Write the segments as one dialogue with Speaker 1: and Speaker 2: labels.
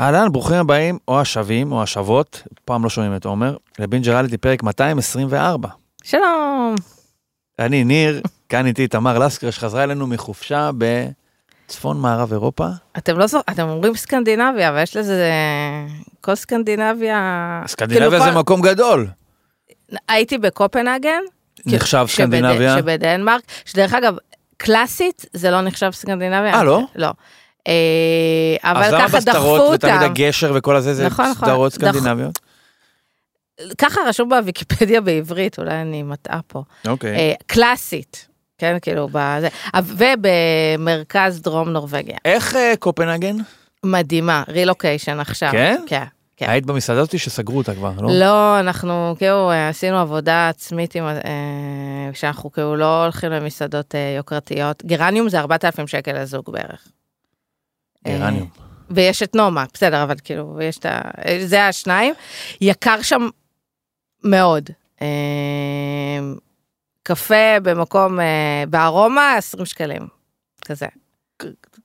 Speaker 1: אהלן, ברוכים הבאים, או השבים, או השבות, פעם לא שומעים את עומר, לבינג' ריאליטי פרק 224.
Speaker 2: שלום.
Speaker 1: אני ניר, כאן איתי תמר לסקר, שחזרה אלינו מחופשה בצפון מערב אירופה.
Speaker 2: אתם לא זוכ... אתם אומרים סקנדינביה, ויש לזה... כל סקנדינביה...
Speaker 1: סקנדינביה
Speaker 2: כאילו
Speaker 1: זה
Speaker 2: כל-
Speaker 1: מקום גדול.
Speaker 2: הייתי בקופנהגן.
Speaker 1: נחשב
Speaker 2: כן, שבד-
Speaker 1: סקנדינביה.
Speaker 2: שבדנמרק, שדרך אגב, קלאסית זה לא נחשב סקנדינביה.
Speaker 1: אה, לא?
Speaker 2: לא. אה, אבל
Speaker 1: אז למה
Speaker 2: ככה
Speaker 1: בסדרות
Speaker 2: דחפו אותם.
Speaker 1: ותמיד הגשר וכל הזה, זה
Speaker 2: נכון, נכון.
Speaker 1: סדרות
Speaker 2: דח-
Speaker 1: סקנדינביות?
Speaker 2: ככה רשום בוויקיפדיה בעברית, אולי אני מטעה פה.
Speaker 1: אוקיי.
Speaker 2: אה, קלאסית. כן, כאילו, בזה. ובמרכז דרום נורבגיה.
Speaker 1: איך אה, קופנהגן?
Speaker 2: מדהימה, רילוקיישן עכשיו.
Speaker 1: כן?
Speaker 2: כן. כן.
Speaker 1: היית במסעדה הזאת שסגרו אותה כבר, לא?
Speaker 2: לא, אנחנו כאילו אה, עשינו עבודה עצמית עם, ה- אה, שאנחנו כאילו לא הולכים למסעדות אה, יוקרתיות. גרניום זה 4,000 שקל לזוג בערך.
Speaker 1: גרניום.
Speaker 2: אה, ויש את נומה, בסדר, אבל כאילו, ויש את ה... אה, זה השניים. יקר שם מאוד. אה, קפה במקום, אה, בארומה, 20 שקלים. כזה.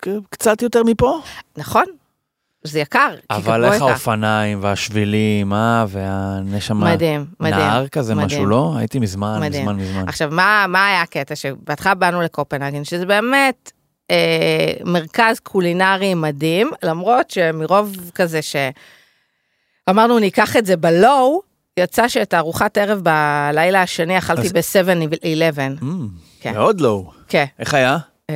Speaker 1: ק- קצת יותר מפה?
Speaker 2: נכון? זה יקר. כי
Speaker 1: אבל
Speaker 2: קבוע
Speaker 1: איך
Speaker 2: יקר.
Speaker 1: האופניים והשבילים, אה, והנשמה.
Speaker 2: מדהים, מדהים.
Speaker 1: נהר כזה
Speaker 2: מדהים.
Speaker 1: משהו, לא? הייתי מזמן,
Speaker 2: מדהים.
Speaker 1: מזמן, מזמן.
Speaker 2: עכשיו, מה, מה היה הקטע? שבהתחלה באנו לקופנהגן, שזה באמת אה, מרכז קולינרי מדהים, למרות שמרוב כזה שאמרנו ניקח את זה בלואו, יצא שאת הארוחת ערב בלילה השני אכלתי
Speaker 1: אז-
Speaker 2: ב-7-11.
Speaker 1: אמ,
Speaker 2: כן.
Speaker 1: מאוד לואו.
Speaker 2: כן,
Speaker 1: איך היה?
Speaker 2: אה,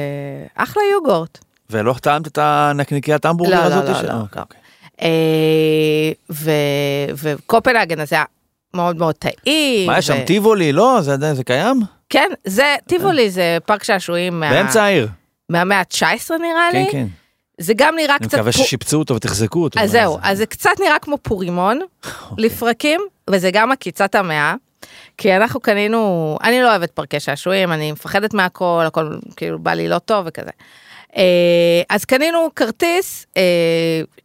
Speaker 2: אחלה יוגורט.
Speaker 1: ולא טעמת את הנקניקיית המבורגר
Speaker 2: לא, לא,
Speaker 1: הזאת?
Speaker 2: לא,
Speaker 1: ש-
Speaker 2: לא,
Speaker 1: אה,
Speaker 2: לא.
Speaker 1: אוקיי.
Speaker 2: אה, ו- וקופנהגן הזה היה מאוד מאוד טעים.
Speaker 1: מה, יש שם
Speaker 2: ו-
Speaker 1: טיבולי? לא, זה עדיין, זה קיים?
Speaker 2: כן, זה, טיבולי זה פארק שעשועים מה-
Speaker 1: באמצע העיר.
Speaker 2: מהמאה ה-19 נראה
Speaker 1: כן,
Speaker 2: לי.
Speaker 1: כן.
Speaker 2: זה גם נראה
Speaker 1: אני
Speaker 2: קצת...
Speaker 1: מקווה
Speaker 2: פרו-
Speaker 1: ששיפצו אותו ותחזקו אותו. אה,
Speaker 2: אז זהו, אז זה קצת נראה כמו פורימון
Speaker 1: אוקיי.
Speaker 2: לפרקים, וזה גם עקיצת המאה. כי אנחנו קנינו, אני לא אוהבת פרקי שעשועים, אני מפחדת מהכל, הכל כאילו בא לי לא טוב וכזה. אה, אז קנינו כרטיס, אה,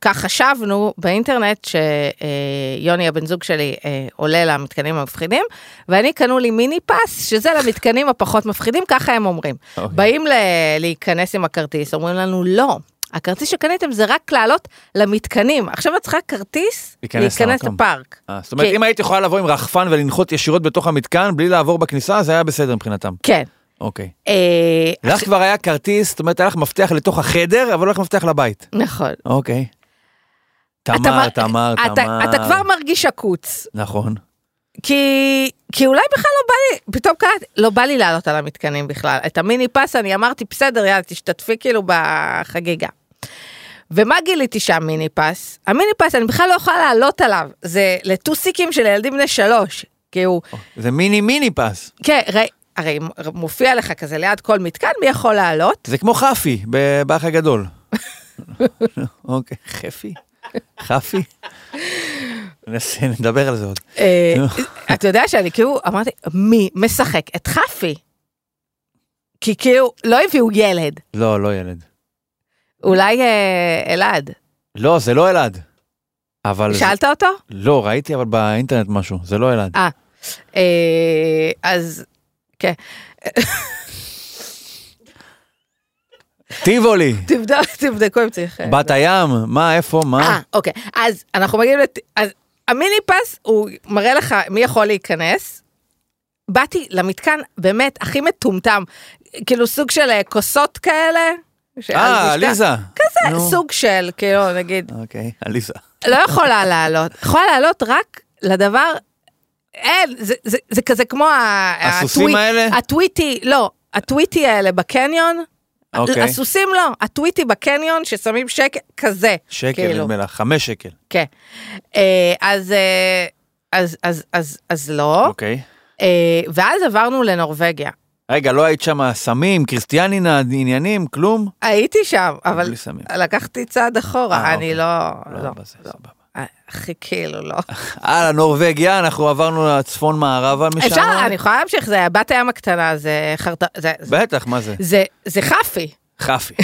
Speaker 2: כך חשבנו באינטרנט שיוני הבן זוג שלי אה, עולה למתקנים המפחידים, ואני קנו לי מיני פס, שזה למתקנים הפחות מפחידים, ככה הם אומרים.
Speaker 1: אוקיי.
Speaker 2: באים ל- להיכנס עם הכרטיס, אומרים לנו לא. הכרטיס שקניתם זה רק לעלות למתקנים. עכשיו את צריכה כרטיס
Speaker 1: להיכנס
Speaker 2: להיכנס,
Speaker 1: למקום.
Speaker 2: לפארק.
Speaker 1: אה, זאת אומרת,
Speaker 2: כן.
Speaker 1: אם היית יכולה לבוא עם רחפן ולנחות ישירות בתוך המתקן בלי לעבור בכניסה, זה היה בסדר מבחינתם.
Speaker 2: כן.
Speaker 1: אוקיי.
Speaker 2: אה,
Speaker 1: לך כבר היה כרטיס, זאת אומרת, היה לך מפתח לתוך החדר, אבל לא היה לך מפתח לבית.
Speaker 2: נכון.
Speaker 1: אוקיי.
Speaker 2: אתה
Speaker 1: תמר,
Speaker 2: מר-
Speaker 1: תמר,
Speaker 2: אתה-
Speaker 1: תמר.
Speaker 2: אתה כבר מרגיש עקוץ.
Speaker 1: נכון.
Speaker 2: כי, כי אולי בכלל לא בא לי, פתאום קלט, לא בא לי לעלות על המתקנים בכלל. את המיני פס אני אמרתי, בסדר, יאללה, תשתתפי כאילו בחגיגה. ומה גיליתי שם מיני פס? המיני פס, אני בכלל לא יכולה לעלות עליו. זה לטוסיקים של ילדים בני שלוש. כי הוא,
Speaker 1: זה מיני מיני פס.
Speaker 2: כן, ראי, הרי מופיע לך כזה ליד כל מתקן, מי יכול לעלות?
Speaker 1: זה כמו חפי ב- באח הגדול. אוקיי, חפי? חפי? נס- נדבר על זה עוד.
Speaker 2: אה,
Speaker 1: נו.
Speaker 2: אתה יודע שאני כאילו, אמרתי, מי משחק את חפי? כי כאילו, לא הביאו ילד,
Speaker 1: לא, לא ילד.
Speaker 2: אולי אה, אלעד.
Speaker 1: לא, זה לא אלעד. אבל... זה-
Speaker 2: שאלת אותו?
Speaker 1: לא, ראיתי אבל באינטרנט משהו, זה לא אלעד.
Speaker 2: אה, אז כן,
Speaker 1: טיבולי,
Speaker 2: תבדוק, תבדקו אם צריך... אה,
Speaker 1: בת הים, מה, איפה,
Speaker 2: אה,
Speaker 1: מה?
Speaker 2: אוקיי. אז אנחנו מגיעים לת... אז המיני פס, הוא מראה לך מי יכול להיכנס. באתי למתקן באמת הכי מטומטם, כאילו סוג של אה, כוסות כאלה. שעל
Speaker 1: אה,
Speaker 2: משטח-
Speaker 1: עליזה.
Speaker 2: כזה
Speaker 1: נו.
Speaker 2: סוג של, כאילו, נגיד,
Speaker 1: אוקיי, עליזה.
Speaker 2: לא יכולה לעלות. יכולה לעלות רק לדבר, אין, זה, זה, זה כזה כמו ה-
Speaker 1: הסוסים
Speaker 2: הטוויט-
Speaker 1: האלה?
Speaker 2: הטוויטי, לא, הטוויטי האלה בקניון.
Speaker 1: אוקיי.
Speaker 2: הסוסים לא, הטוויטי בקניון ששמים שקל, כזה.
Speaker 1: שקל,
Speaker 2: כאילו.
Speaker 1: נדמה לך, חמש שקל.
Speaker 2: כן. אה, אז, אה, אז, אז, אז, אז לא.
Speaker 1: אוקיי.
Speaker 2: אה, ואז עברנו לנורבגיה.
Speaker 1: רגע, לא היית שם סמים, קריסטיאנינה, עניינים, כלום?
Speaker 2: הייתי שם, אבל
Speaker 1: בלי סמים.
Speaker 2: לקחתי צעד אחורה,
Speaker 1: אה,
Speaker 2: אני
Speaker 1: אוקיי.
Speaker 2: לא,
Speaker 1: לא,
Speaker 2: לא,
Speaker 1: בזה,
Speaker 2: לא.
Speaker 1: סבבה.
Speaker 2: אה, הכי כאילו לא.
Speaker 1: הלאה, נורבגיה, אנחנו עברנו לצפון מערבה משם.
Speaker 2: אפשר, אני יכולה להמשיך, זה בת הים הקטנה, זה חרט... זה- זה-
Speaker 1: בטח, מה זה?
Speaker 2: זה- זה חפי.
Speaker 1: חפי.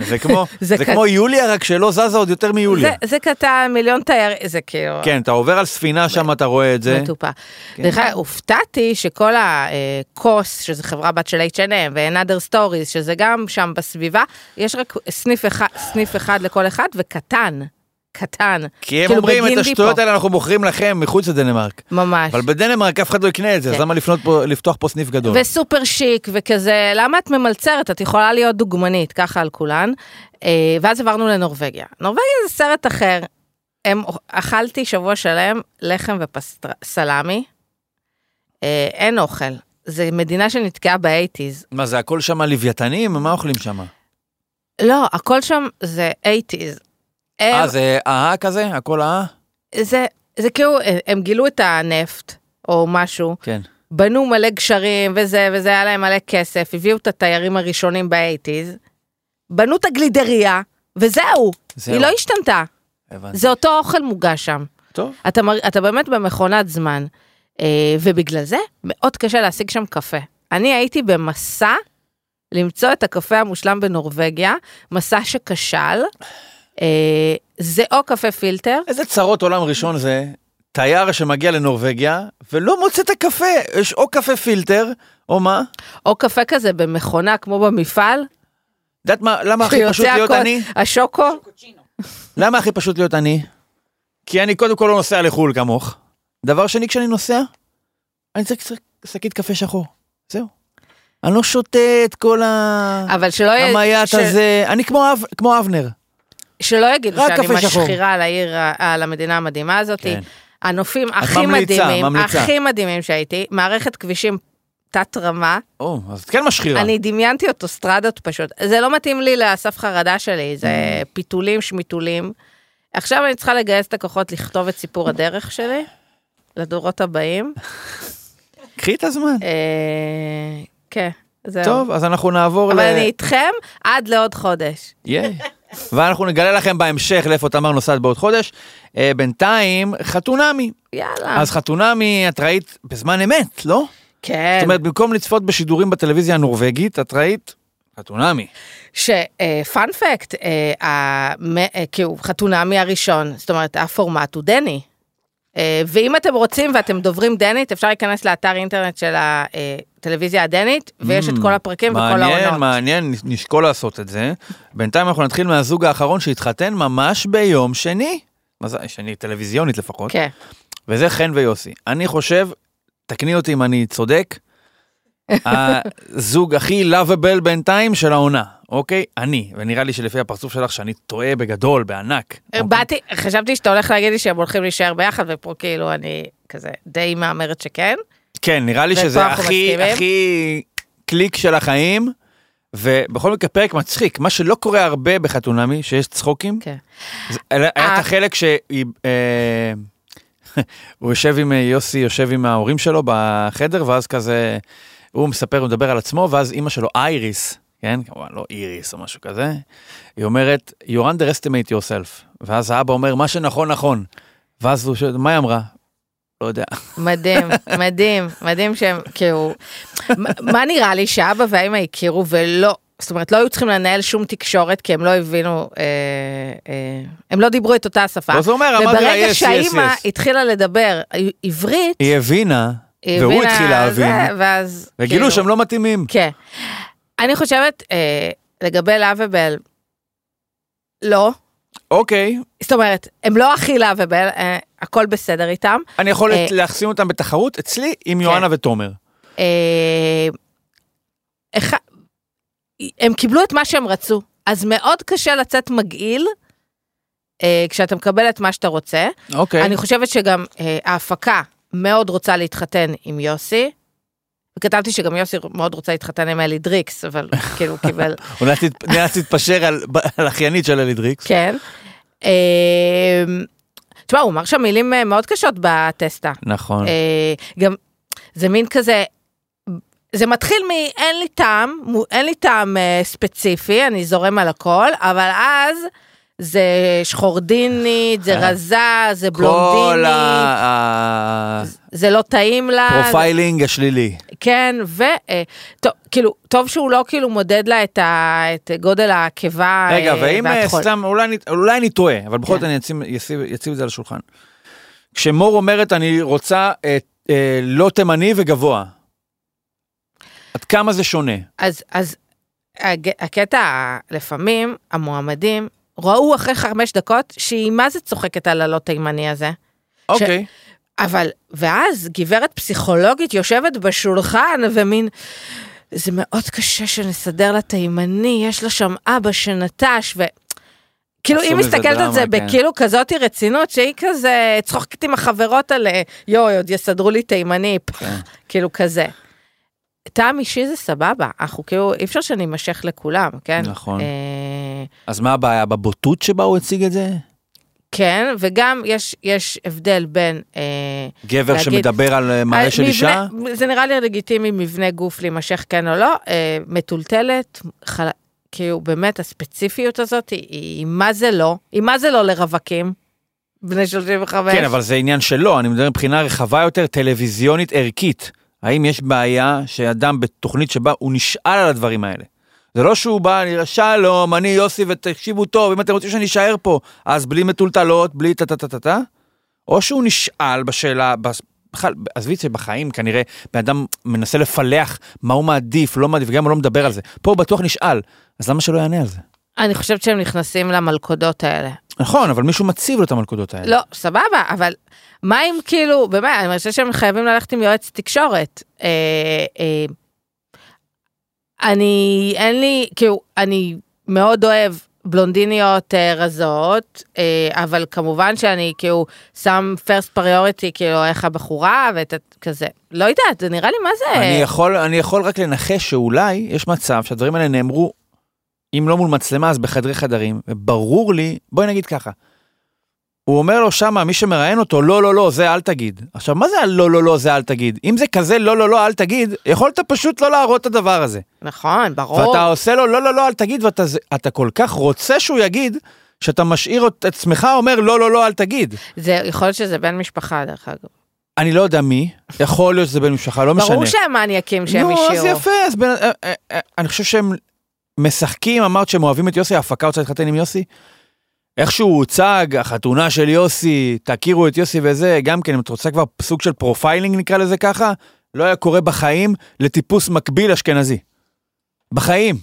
Speaker 1: זה כמו,
Speaker 2: זה
Speaker 1: זה
Speaker 2: כ-
Speaker 1: כמו יוליה, רק שלא זזה עוד יותר מיוליה.
Speaker 2: זה, זה קטן, מיליון תייר, זה כאילו...
Speaker 1: כן, אתה עובר על ספינה שם, אתה רואה את זה. כן.
Speaker 2: מטופח. דרך אגב, הופתעתי שכל הכוס, שזו חברה בת של H&M, ו-Another Stories, שזה גם שם בסביבה, יש רק סניף אחד, סניף אחד לכל אחד, וקטן, קטן.
Speaker 1: כי הם
Speaker 2: כאילו
Speaker 1: אומרים, את
Speaker 2: בגינדי
Speaker 1: השטויות
Speaker 2: פה.
Speaker 1: האלה אנחנו מוכרים לכם מחוץ לדנמרק.
Speaker 2: ממש.
Speaker 1: אבל בדנמרק אף אחד לא יקנה את זה, אז
Speaker 2: כן.
Speaker 1: למה לפנות פה- לפתוח פה סניף גדול?
Speaker 2: וסופר שיק וכזה, למה את ממלצרת? את יכולה להיות דוגמנית, ככה על כולן. אה, ואז עברנו לנורבגיה. נורבגיה זה סרט אחר. הם, אכלתי שבוע שלם לחם וסלמי. אה, אין אוכל. זה מדינה שנתקעה באייטיז.
Speaker 1: מה זה, הכל שם לוויתנים? מה אוכלים שם?
Speaker 2: לא, הכל שם זה 80's. הם,
Speaker 1: אה, זה אה כזה? הכל אה?
Speaker 2: זה, זה כאילו, אה, הם גילו את הנפט או משהו,
Speaker 1: כן.
Speaker 2: בנו מלא גשרים וזה וזה, היה להם מלא כסף, הביאו את התיירים הראשונים ב-80's, בנו את הגלידריה, וזהו,
Speaker 1: זהו.
Speaker 2: היא לא השתנתה.
Speaker 1: הבנתי.
Speaker 2: זה אותו אוכל מוגש שם.
Speaker 1: טוב.
Speaker 2: אתה, מר- אתה באמת במכונת זמן, אה, ובגלל זה מאוד קשה להשיג שם קפה. אני הייתי במסע למצוא את הקפה המושלם בנורבגיה, מסע שכשל. אה, זה או קפה פילטר,
Speaker 1: איזה צרות עולם ראשון זה, תייר שמגיע לנורבגיה ולא מוצא את הקפה, יש או קפה פילטר, או מה?
Speaker 2: או קפה כזה במכונה כמו במפעל.
Speaker 1: יודעת מה, למה הכי פשוט
Speaker 2: שיוצא
Speaker 1: להיות
Speaker 2: הכל-
Speaker 1: עני?
Speaker 2: השוקו,
Speaker 1: למה הכי פשוט להיות עני? כי אני קודם כל לא נוסע לחו"ל כמוך. דבר שני, כשאני נוסע, אני צריך שק- שקית קפה שחור, זהו. אני לא שותה את כל ה...
Speaker 2: אבל שלא, יהיה-
Speaker 1: המייט
Speaker 2: ש-
Speaker 1: הזה, אני כמו אב- כמו אבנר.
Speaker 2: שלא יגידו
Speaker 1: רק
Speaker 2: שאני
Speaker 1: קפה שחור.
Speaker 2: משחירה על העיר, ה- על המדינה המדהימה הזאת.
Speaker 1: כן.
Speaker 2: הנופים הכי
Speaker 1: ממליצה,
Speaker 2: מדהימים,
Speaker 1: ממליצה.
Speaker 2: הכי מדהימים שהייתי, מערכת כבישים תת רמה,
Speaker 1: או, אז כן משחירה.
Speaker 2: אני דמיינתי אוטוסטרדות פשוט. זה לא מתאים לי לסף חרדה שלי,
Speaker 1: Mm.
Speaker 2: זה פיתולים, שמיתולים. עכשיו אני צריכה לגייס את הכוחות לכתוב את סיפור הדרך שלי, לדורות הבאים.
Speaker 1: קחי את הזמן.
Speaker 2: אה, כן, זהו.
Speaker 1: טוב, אה, אז אנחנו נעבור ל...
Speaker 2: אבל אני איתכם עד לעוד חודש.
Speaker 1: ייי. ואנחנו נגלה לכם בהמשך לאיפה תמר נוסעת בעוד חודש. אה, בינתיים, חתונמי.
Speaker 2: יאללה.
Speaker 1: אז חתונמי, את ראית בזמן אמת, לא?
Speaker 2: כן.
Speaker 1: זאת אומרת, במקום לצפות בשידורים בטלוויזיה הנורבגית, את ראית חתונמי.
Speaker 2: שפאנפקט, כאילו חתונמי הראשון, זאת אומרת הפורמט הוא דני. אה, ואם אתם רוצים ואתם דוברים דנית, אפשר להיכנס לאתר אינטרנט של הטלוויזיה הדנית, ויש את כל הפרקים וכל
Speaker 1: Hmm, מעניין,
Speaker 2: כן, העונות.
Speaker 1: מעניין, נ- נשקול לעשות את זה. בינתיים אנחנו נתחיל מהזוג האחרון שהתחתן ממש ביום שני. מה זה, שני טלוויזיונית לפחות.
Speaker 2: כן.
Speaker 1: וזה חן ויוסי. אני חושב, תקני אותי אם אני צודק, הזוג הכי לאביבל בינתיים של העונה, אוקיי? אני, ונראה לי שלפי הפרצוף שלך שאני טועה בגדול, בענק. אוקיי?
Speaker 2: באתי, חשבתי שאתה הולך להגיד לי שהם הולכים להישאר ביחד, ופה כאילו אני כזה די מהמרת שכן.
Speaker 1: כן, נראה לי
Speaker 2: ופה
Speaker 1: שזה
Speaker 2: אנחנו
Speaker 1: הכי,
Speaker 2: מסכימים.
Speaker 1: הכי קליק של החיים, ובכל מקרה פרק מצחיק, מה שלא קורה הרבה בחתונמי, שיש צחוקים,
Speaker 2: כן.
Speaker 1: זה- היה היה את
Speaker 2: אה.
Speaker 1: החלק שהיא... אה, הוא יושב עם אה, יוסי, יושב עם ההורים שלו בחדר, ואז כזה, הוא מספר, הוא מדבר על עצמו, ואז אימא שלו, אייריס, כן? כמובן, לא איריס או משהו כזה, היא אומרת, you underestimate yourself. ואז האבא אומר, מה שנכון, נכון. ואז הוא שואל, מה היא אמרה? לא יודע.
Speaker 2: מדהים, מדהים, מדהים שהם כאילו, מה- מה נראה לי שאבא והאמא הכירו ולא, זאת אומרת לא היו צריכים לנהל שום תקשורת כי הם לא הבינו, אה, אה, הם לא דיברו את אותה השפה.
Speaker 1: אז הוא אומר, אמרתי לה,
Speaker 2: וברגע
Speaker 1: yes, yes,
Speaker 2: שהאימא
Speaker 1: yes.
Speaker 2: התחילה לדבר עברית,
Speaker 1: היא הבינה,
Speaker 2: היא
Speaker 1: והוא
Speaker 2: הבינה
Speaker 1: התחיל
Speaker 2: זה,
Speaker 1: להבין,
Speaker 2: ואז,
Speaker 1: וגילו
Speaker 2: כאילו,
Speaker 1: שהם לא מתאימים.
Speaker 2: כן. אני חושבת אה, לגבי לאביבל, לא.
Speaker 1: אוקיי,
Speaker 2: זאת אומרת, הם לא הכי לאביבל, אה, הכל בסדר איתם.
Speaker 1: אני יכול
Speaker 2: אה, כן.
Speaker 1: להחסים אותם בתחרות אצלי עם יואנה ותומר.
Speaker 2: אה, אח- הם קיבלו את מה שהם רצו, אז מאוד קשה לצאת מגעיל אה, כשאתה מקבל את מה שאתה רוצה.
Speaker 1: אוקיי.
Speaker 2: אני חושבת שגם אה, ההפקה מאוד רוצה להתחתן עם יוסי. וכתבתי שגם יוסי מאוד רוצה להתחתן עם אלי דריקס, אבל כאילו הוא קיבל,
Speaker 1: אולי תת- נאלץ להתפשר על- על אחיינית של אלי דריקס.
Speaker 2: כן. אה, תשמע, הוא אמר שם מילים אה, מאוד קשות בטסטה.
Speaker 1: נכון.
Speaker 2: אה, גם זה מין כזה, זה מתחיל מאין לי טעם, מו- אין לי טעם אה, ספציפי, אני זורם על הכל, אבל אז זה שחורדינית, זה רזה, זה
Speaker 1: אה. כל
Speaker 2: בלונדינית,
Speaker 1: ה-
Speaker 2: זה לא טעים לה.
Speaker 1: הפרופיילינג השלילי.
Speaker 2: זה- כן, ו... אה, טוב, כאילו, טוב שהוא לא כאילו מודד לה את, ה, את גודל הקיבה
Speaker 1: רגע,
Speaker 2: אה,
Speaker 1: ואם אה,
Speaker 2: והטחול.
Speaker 1: סתם, אולי אני- אולי אני טועה, אבל בכל
Speaker 2: כן.
Speaker 1: זאת אני אציב- יציב- יציב את זה על השולחן. כשמור אומרת, אני רוצה אה, אה, לא תימני וגבוה, עד כמה זה שונה?
Speaker 2: אז, אז הג- הקטע, ה- לפעמים המועמדים ראו אחרי חמש דקות שהיא מה זה צוחקת על הלא תימני הזה.
Speaker 1: אוקיי.
Speaker 2: אבל, ואז גברת פסיכולוגית יושבת בשולחן ומין... זה מאוד קשה שנסדר לה תימני, יש לה שם אבא שנטש, ו... כאילו,
Speaker 1: עשו
Speaker 2: היא
Speaker 1: מזה
Speaker 2: מסתכלת על
Speaker 1: דרמה,
Speaker 2: זה
Speaker 1: כן.
Speaker 2: בכאילו כזאת רצינות, שהיא כזה צוחקת עם החברות על אה, יואי, עוד יסדרו לי תימני, פח",
Speaker 1: כן.
Speaker 2: כאילו כזה. טעם אישי זה סבבה, אנחנו כאילו, אי אפשר שנימשך לכולם, כן?
Speaker 1: נכון.
Speaker 2: אה,
Speaker 1: אז מה הבעיה, בבוטות שבה הוא הציג את זה?
Speaker 2: כן, וגם יש, יש הבדל בין... אה,
Speaker 1: גבר
Speaker 2: להגיד-
Speaker 1: שמדבר על אה,
Speaker 2: על
Speaker 1: מראה של
Speaker 2: מבנה-
Speaker 1: אישה?
Speaker 2: זה נראה לי לגיטימי מבנה גוף להימשך כן או לא, אה, מטולטלת, חל... כאילו באמת הספציפיות הזאת היא, היא מה זה לא, היא מה זה לא לרווקים, בני 35.
Speaker 1: כן, אבל זה עניין שלו, אני מדבר מבחינה רחבה יותר, טלוויזיונית ערכית. האם יש בעיה שאדם בתוכנית שבה הוא נשאל על הדברים האלה? זה לא שהוא בא, אני שלום, אני יוסי, ותקשיבו טוב, אם אתם רוצים שאני אשאר פה, אז בלי מטולטלות, בלי טה-טה-טה-טה. או שהוא נשאל בשאלה, בס- בכלל, עזבי את זה בחיים, כנראה, בן אדם מנסה לפלח מה הוא מעדיף, לא מעדיף, גם הוא לא מדבר על זה. פה הוא בטוח נשאל, אז למה שלא יענה על זה?
Speaker 2: אני חושבת שהם נכנסים למלכודות האלה.
Speaker 1: נכון, אבל מישהו מציב לו את המלכודות האלה.
Speaker 2: לא, סבבה, אבל מה אם כאילו, באמת, אני חושבת שהם חייבים ללכת עם יועץ תקשורת. אה, אה, אני, אין לי, כאילו, אני מאוד אוהב בלונדיניות אה, רזות, אה, אבל כמובן שאני כאילו שם פרסט פריוריטי, כאילו, איך הבחורה ואת ה- כזה. לא יודעת, זה נראה לי מה זה...
Speaker 1: אני יכול, אני יכול רק לנחש שאולי יש מצב שהדברים האלה נאמרו, אם לא מול מצלמה, אז בחדרי חדרים, וברור לי, בואי נגיד ככה. הוא אומר לו שמה, מי שמראיין אותו, לא, לא, לא, זה אל תגיד. עכשיו, מה זה הלא, לא, לא, זה אל תגיד? אם זה כזה לא, לא, לא, אל תגיד, יכולת פשוט לא להראות את הדבר הזה.
Speaker 2: נכון, ברור.
Speaker 1: ואתה עושה לו, לא, לא, לא, אל תגיד, ואתה זה- אתה כל כך רוצה שהוא יגיד, שאתה משאיר את עצמך אומר, לא, לא, לא, אל תגיד.
Speaker 2: זה, יכול להיות שזה בן משפחה, דרך אגב.
Speaker 1: אני לא יודע מי, יכול להיות שזה בן משפחה, לא משנה.
Speaker 2: ברור שהם מניאקים שהם השאירו.
Speaker 1: נו, אז יפה, אז בין, אה, אה, אה, אני חושב שהם משחקים, אמרת שהם אוהבים את יוסי, ההפקה רוצה להתחתן עם יוסי? איכשהו הוצג, החתונה של יוסי, תכירו את יוסי וזה, גם כן, אם את רוצה כבר סוג של פרופיילינג נקרא לזה ככה, לא היה קורה בחיים לטיפוס מקביל אשכנזי. בחיים.